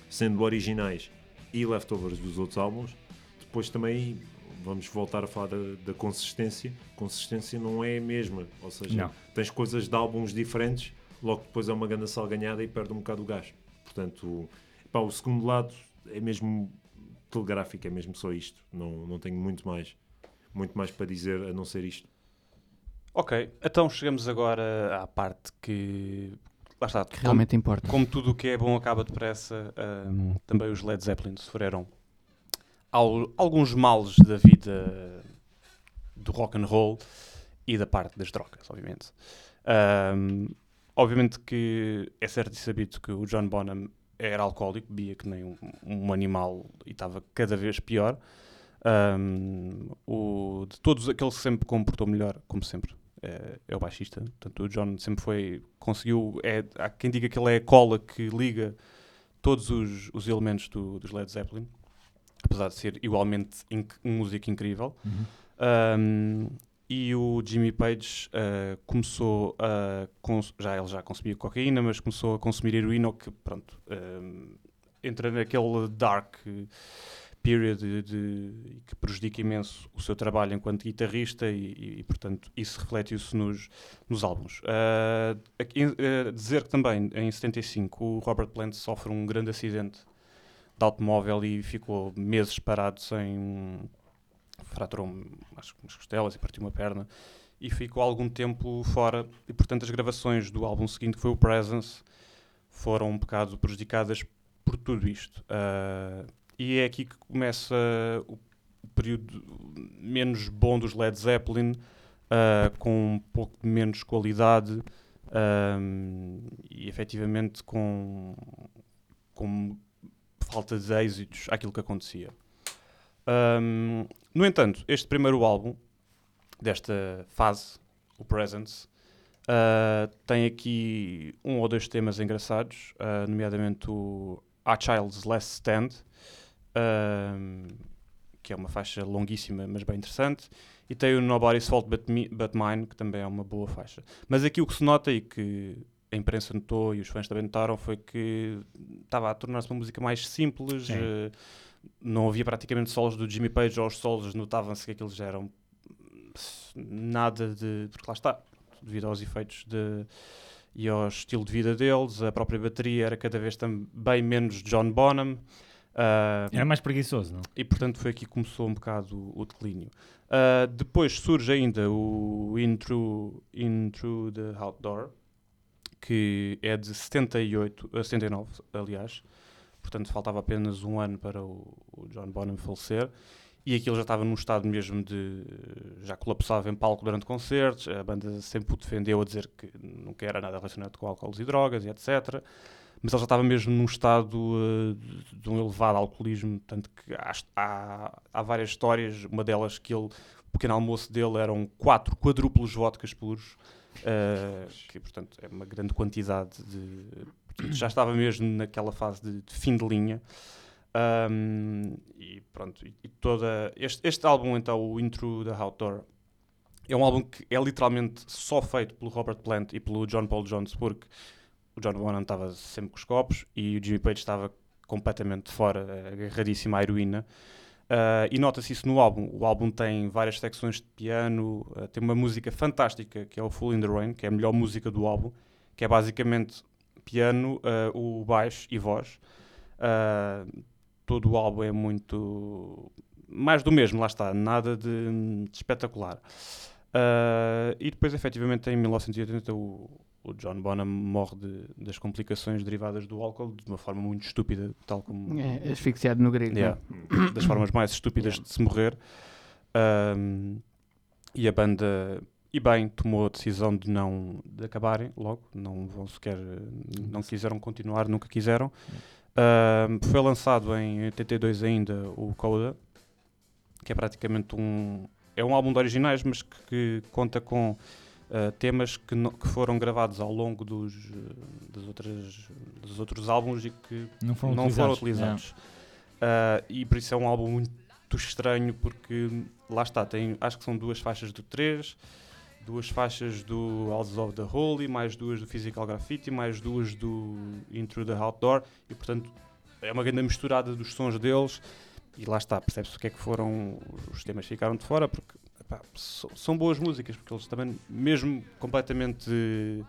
S5: sendo originais e leftovers dos outros álbuns, depois também vamos voltar a falar da, da consistência. Consistência não é a mesma, ou seja,
S4: Não.
S5: tens coisas de álbuns diferentes, logo depois é uma grande salganhada e perde um bocado o gás. Portanto, epá, o segundo lado é mesmo telegráfico, é mesmo só isto, não, não tenho muito mais muito mais para dizer a não ser isto.
S2: Ok, então chegamos agora à parte que. Lá está,
S3: Que realmente importa.
S2: Como tudo o que é bom acaba depressa, hum, também os Led Zeppelin sofreram al- alguns males da vida do rock and roll e da parte das drogas, obviamente. Hum, obviamente que é certo e sabido que o John Bonham era alcoólico, bebia que nem um, um animal e estava cada vez pior. Hum, o, de todos aqueles que sempre comportou melhor, como sempre, é, é o baixista. Portanto, o John sempre foi, conseguiu, é, há quem diga que ele é a cola que liga todos os, os elementos do, dos Led Zeppelin, apesar de ser igualmente inc- um músico incrível.
S4: É. Uhum.
S2: Um, e o Jimmy Page uh, começou a cons- já ele já consumia cocaína, mas começou a consumir heroína, o que pronto um, entra naquele dark period de, de- que prejudica imenso o seu trabalho enquanto guitarrista e, e- e, portanto isso reflete-se nos, nos álbuns. Uh, aqui, uh, dizer que também em 75 o Robert Plant sofre um grande acidente de automóvel e ficou meses parado sem um fraturou acho, que umas costelas e partiu uma perna e ficou algum tempo fora e portanto as gravações do álbum seguinte que foi o Presence foram um bocado prejudicadas por tudo isto Ah, e é aqui que começa o período menos bom dos Led Zeppelin ah, com um pouco de menos ah, qualidade ahm, e efetivamente com com como falta de êxitos àquilo que acontecia. Ah, Ahm, no entanto, este primeiro álbum desta fase, o Presence, ah, tem aqui um ou dois temas engraçados, ah, nomeadamente o A Child's Last Stand, ahm, que é uma faixa longuíssima, mas bem interessante, e tem o Nobody's Fault But, Me- But Mine, que também é uma boa faixa. Mas aqui o que se nota e que a imprensa notou e os fãs também notaram foi que estava a tornar-se uma música mais simples,
S4: Sim.
S2: eh, não havia praticamente solos do Jimmy Page ou os solos, notavam-se que aqueles eram um, nada de. porque lá está, devido aos efeitos de, e ao estilo de vida deles, a própria bateria era cada vez também menos John Bonham. ah,
S4: Era mais preguiçoso, não?
S2: e portanto foi aqui que começou um bocado o declínio. Ah, depois surge ainda o Intro, Intro the Outdoor, que é de 78, ah, 79, aliás. Portanto, faltava apenas um ano para o, o John Bonham falecer. E aquilo já estava num estado mesmo de. já colapsava em palco durante concertos. A banda sempre o defendeu a dizer que nunca era nada relacionado com álcools e drogas e etc. Mas ele já estava mesmo num estado ah, de- de um elevado alcoolismo. Tanto que há, hist- há, há várias histórias, uma delas que ele. o pequeno almoço dele eram quatro quadrúplos vodkas puros. ah, que, portanto, é uma grande quantidade de Portanto, já estava mesmo naquela fase de, de fim de linha. Ahm, e pronto, e, e toda este, este álbum, então, o Intro the Outdoor, é um álbum que é literalmente só feito pelo Robert Plant e pelo John Paul Jones, porque o John Bonham estava sempre com os copos e o Jimmy Page estava completamente fora, eh, agarradíssimo à heroína. Ah, e nota-se isso no álbum. O álbum tem várias secções de piano, ah, tem uma música fantástica que é o Full in the Rain, que é a melhor música do álbum, que é basicamente piano, eh, o baixo e voz. Ah, todo o álbum é muito. mais do mesmo, lá está, nada de, de espetacular. Ah, e depois, efetivamente, em 1980, o, o John Bonham morre de- das complicações derivadas do álcool de uma forma muito estúpida, tal como.
S3: É, asfixiado no grego.
S2: Yeah. das formas mais estúpidas de se morrer. Ahm, e a banda, e bem, tomou a decisão de não de acabarem logo, não vão sequer, não quiseram continuar, nunca quiseram. Ahm, foi lançado em 82 ainda o Coda, que é praticamente um é um álbum de originais, mas que, que conta com ah, temas que, no- que foram gravados ao longo dos, eh, das outras, dos outros álbuns e que
S4: Não foram
S2: não
S4: utilizados.
S2: foram utilizados. Ah, e por isso é um álbum muito estranho, porque lá está, tem, acho que são duas faixas do 3, duas faixas do Houses of the Holy, mais duas do Physical Graffiti, mais duas do Intro the Outdoor, e portanto é uma grande misturada dos sons deles. E lá está, percebe-se o que é que foram os temas que ficaram de fora, porque epá, so- são boas músicas, porque eles também, mesmo completamente eh,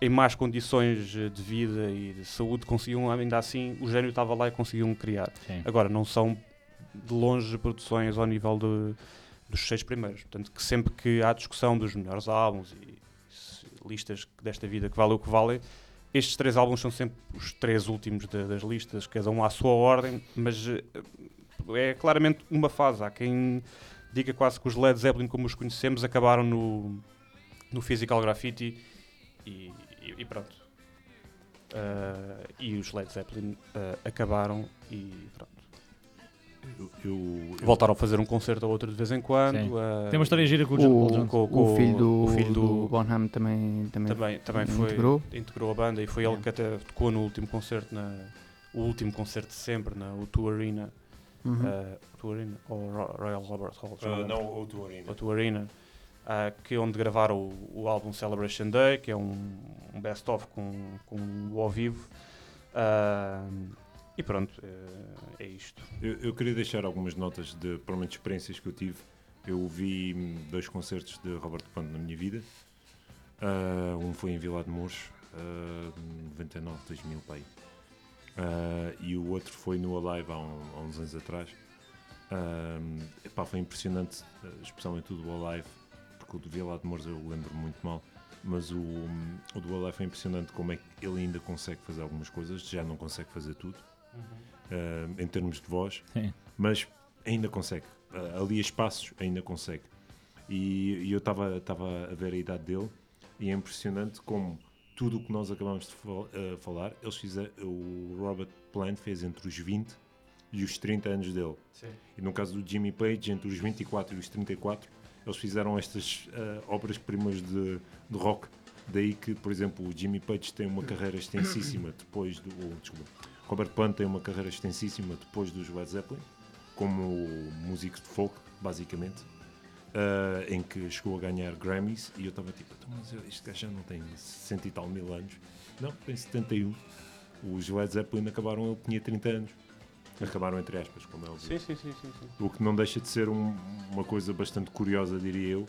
S2: em más condições eh, de vida e de saúde, conseguiam ainda assim, o gênio estava lá e conseguiam criar.
S4: É, Sim.
S2: Agora, não são de longe produções ao nível do- dos seis primeiros. Portanto, que sempre que há discussão dos melhores álbuns e se- listas desta vida que valem o que valem, estes três álbuns são sempre os três últimos da- das listas, cada um à sua ordem, mas eh, é claramente uma fase. Há quem diga quase que os Led Zeppelin, como os conhecemos, acabaram no, no Physical Graffiti e, e- e pronto. Ah, e os Led Zeppelin ah, acabaram e pronto.
S5: Eu, eu- eu-
S2: Voltaram a fazer um concerto ou outro de vez em quando.
S4: Sim.
S2: ah,
S4: Tem uma história gira com o John
S3: O,
S4: Paul Jones.
S2: com- com
S3: o filho do,
S2: o filho do-
S3: do Bonham também, também,
S2: também, também
S3: Ele
S2: foi
S3: integrou.
S2: integrou. a banda e foi ele
S4: É.
S2: que até tocou no último concerto na o último concerto de sempre na o Two Arena,
S3: Uhum.
S2: ah, Two Arena ou Ro- Royal Robert Hall
S5: Eh,
S2: já
S1: Ah,
S2: lembro.
S1: não, ou tu, Arina.
S2: o Two Arena ah, que onde gravaram o, o álbum Celebration Day que é um, um best of com, com o ao vivo Ah, e pronto eh, é isto
S5: Eu, eu queria deixar algumas notas de, pelo menos, experiências que eu tive. Eu vi hum, dois concertos de Robert Plant na minha vida. Ah, um foi em Vila de Mouros, ah, 99, 2000, pai. Ah, e o outro foi no Alive há, um- há uns anos atrás. Ah, epá, foi impressionante, ah, especialmente o do Alive, porque o do Vila de Mouros eu lembro muito mal. Mas o, o do Alive é impressionante como é que ele ainda consegue fazer algumas coisas, já não consegue fazer tudo. ah, em termos de voz,
S4: Sim.
S5: mas ainda consegue. Ah, ali a espaços ainda consegue. E, e eu estava a ver a idade dele e é impressionante como tudo o que nós acabamos de fal- eh, falar, eles fizeram, o Robert Plant fez entre os 20 e os 30 anos dele. E no caso do Jimmy Page, entre os 24 e os 34, eles fizeram estas eh, obras-primas de, de rock. Daí que, por exemplo, o Jimmy Page tem uma carreira extensíssima depois do. Oh, desculpa. Robert Plant tem uma carreira extensíssima depois dos Led Zeppelin, como músico de folk, basicamente, eh, em que chegou a ganhar Grammys. E eu estava tipo, "Então, mas este gajo já não tem 60 e tal mil anos. Não, tem 71. Os Led Zeppelin acabaram, ele tinha 30 anos. Acabaram, entre aspas, como é óbvio.
S2: Sim, sim, sim, sim. sim.
S5: O que não deixa de ser um- uma coisa bastante curiosa, diria eu,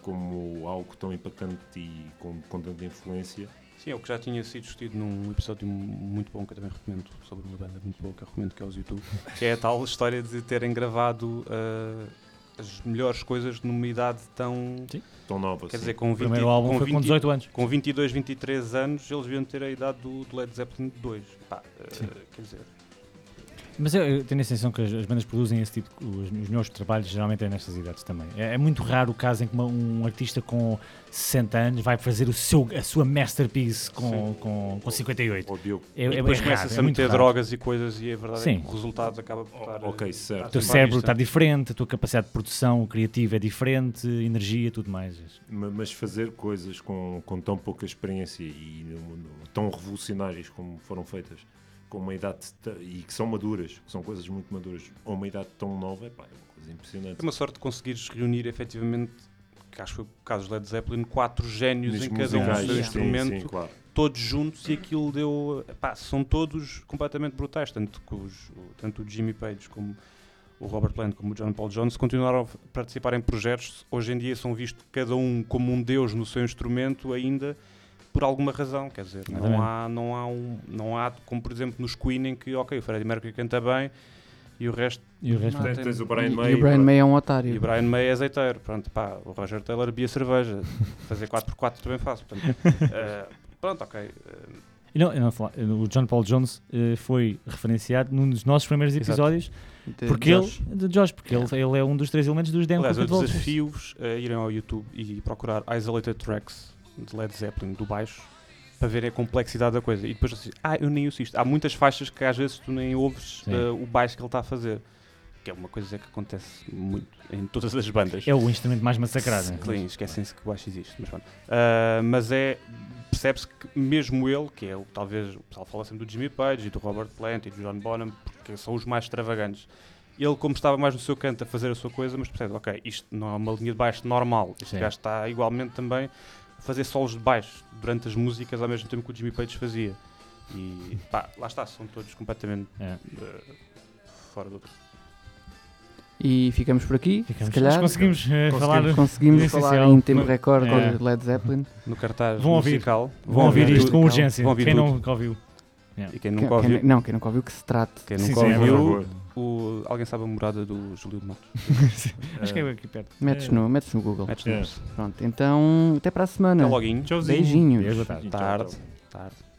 S5: como algo tão impactante e com, com tanta influência.
S2: Sim, é o que já tinha sido discutido num episódio muito bom que eu também recomendo, sobre uma banda muito boa que eu recomendo que é os YouTube, que é a tal história de terem gravado ah, as melhores coisas numa idade tão.
S5: Tão nova.
S2: Quer
S5: assim.
S2: dizer, com
S4: O
S2: 20,
S4: primeiro álbum
S2: com
S4: foi com
S2: 20
S4: 18 anos.
S2: com 22, 23 anos, eles deviam ter a idade do, do Led Zeppelin 2. Pá, eh,
S4: Sim. É-
S2: quer dizer,
S4: Mas eu, eu tenho a sensação que as, as bandas produzem esse tipo, de- os, os melhores trabalhos geralmente é nestas idades também. É, é muito raro o caso em que uma- um artista com 60 anos vai fazer o seu, a sua masterpiece com, com, com 58.
S5: Ó, Oh, Diogo,
S4: É,
S2: e depois começa-se a meter
S4: drogas
S2: drogas e coisas, e a verdade é
S4: Sim.
S2: que o resultado acaba por estar.
S5: Oh, ok,
S2: eh,
S5: certo.
S2: à
S4: O teu
S2: sua
S4: cérebro tá
S2: vista.
S4: está diferente, a tua capacidade de produção criativa é diferente, energia, tudo mais.
S5: ma- mas fazer coisas com, com tão pouca experiência e no- no- tão revolucionárias como foram feitas, com uma idade ta- e que são maduras, que são coisas muito maduras, a uma idade tão nova, epá, é uma coisa impressionante.
S2: É uma sorte de conseguires reunir efetivamente, que acho que foi o caso dos Led Zeppelin, quatro génios em cada um
S5: musicais,
S2: dos seus
S5: sim,
S2: instrumentos,
S5: sim, claro.
S2: todos juntos, e aquilo deu. Pá, são todos completamente brutais, tanto, que os, o- tanto o Jimmy Page como o Robert Plant como o John Paul Jones continuaram a f- participar em projetos. Hoje em dia são vistos cada um como um deus no seu instrumento, ainda por alguma razão, quer dizer, não
S4: Exatamente.
S2: há, não há um, não há como por exemplo nos Queen em que, ok, o Freddie Mercury canta bem e o resto
S4: E o resto.
S2: Não.
S5: Portanto, tens o Brian
S3: E,
S5: May.
S3: e o Brian May é um otário.
S2: E o Brian May é azeiteiro. Pronto, pá, o Roger Taylor bebia cerveja. Fazer 4x4 também faço. Portanto, eh, pronto, ok. eh,
S4: E Não, eu não falar, o John Paul Jones eh, foi referenciado num dos nossos primeiros
S2: Exato.
S4: episódios,
S3: De-
S4: porque
S3: de
S4: ele,
S3: Josh.
S4: de Josh, porque ele, ele é um dos três elementos dos Damn
S2: aliás, é um eu
S4: Crooked Vultures.
S2: desafio-vos a irem ao YouTube e procurar Isolated Tracks de Led Zeppelin, do baixo, para verem a complexidade da coisa. E depois assim, ah, eu nem ouço isto. Há muitas faixas que às vezes tu nem ouves
S4: Sim.
S2: eh, o baixo que ele está a fazer. Que é uma coisa que acontece muito em todas as bandas.
S4: É o instrumento mais massacrado. né?
S2: Sim, esquecem-se que o baixo existe, mas pronto. Ah, mas é, percebe-se que mesmo ele, que é o, talvez, o pessoal fala sempre do Jimmy Page e do Robert Plant e do John Bonham, porque são os mais extravagantes. Ele, como estava mais no seu canto a fazer a sua coisa, mas percebe, ok, isto não é uma linha de baixo normal. Este
S4: Sim.
S2: gajo está igualmente também a fazer solos de baixo durante as músicas ao mesmo tempo que o Jimmy Page fazia. E pá, lá está, são todos completamente
S4: É.
S2: ah, fora do.
S3: E ficamos por aqui.
S4: Ficamos,
S3: se calhar
S4: conseguimos, eh, falar.
S3: conseguimos
S4: É
S3: falar
S4: essencial.
S3: em tempo
S2: Mas-
S3: recorde
S4: É.
S3: de Led Zeppelin.
S2: No cartaz
S4: Vão ouvir.
S2: musical.
S4: Vão ouvir
S3: ouvir
S4: isto
S3: tudo,
S4: com
S3: então.
S4: urgência.
S2: Vão ouvir
S4: Quem
S2: tudo.
S4: nunca ouviu.
S2: E quem
S3: Quem-
S2: nunca
S3: quem-
S2: ouviu.
S3: não, quem nunca ouviu que se trate.
S2: Quem
S4: Sim,
S2: nunca
S4: sim, é verdade.
S2: ouviu, o, alguém sabe a morada do Júlio de Matos.
S5: Ah,
S4: Acho que é aqui perto.
S3: Metes
S4: Eh,
S3: no, metes no Google.
S2: Metes
S5: É.
S2: no-
S3: Pronto, então até para a semana.
S2: Até logo.
S5: Tchauzinho.
S3: Beijinhos.
S5: então,
S4: Deus, É, boa tarde.
S5: Tchau, tchau.
S2: Tarde. Tarde.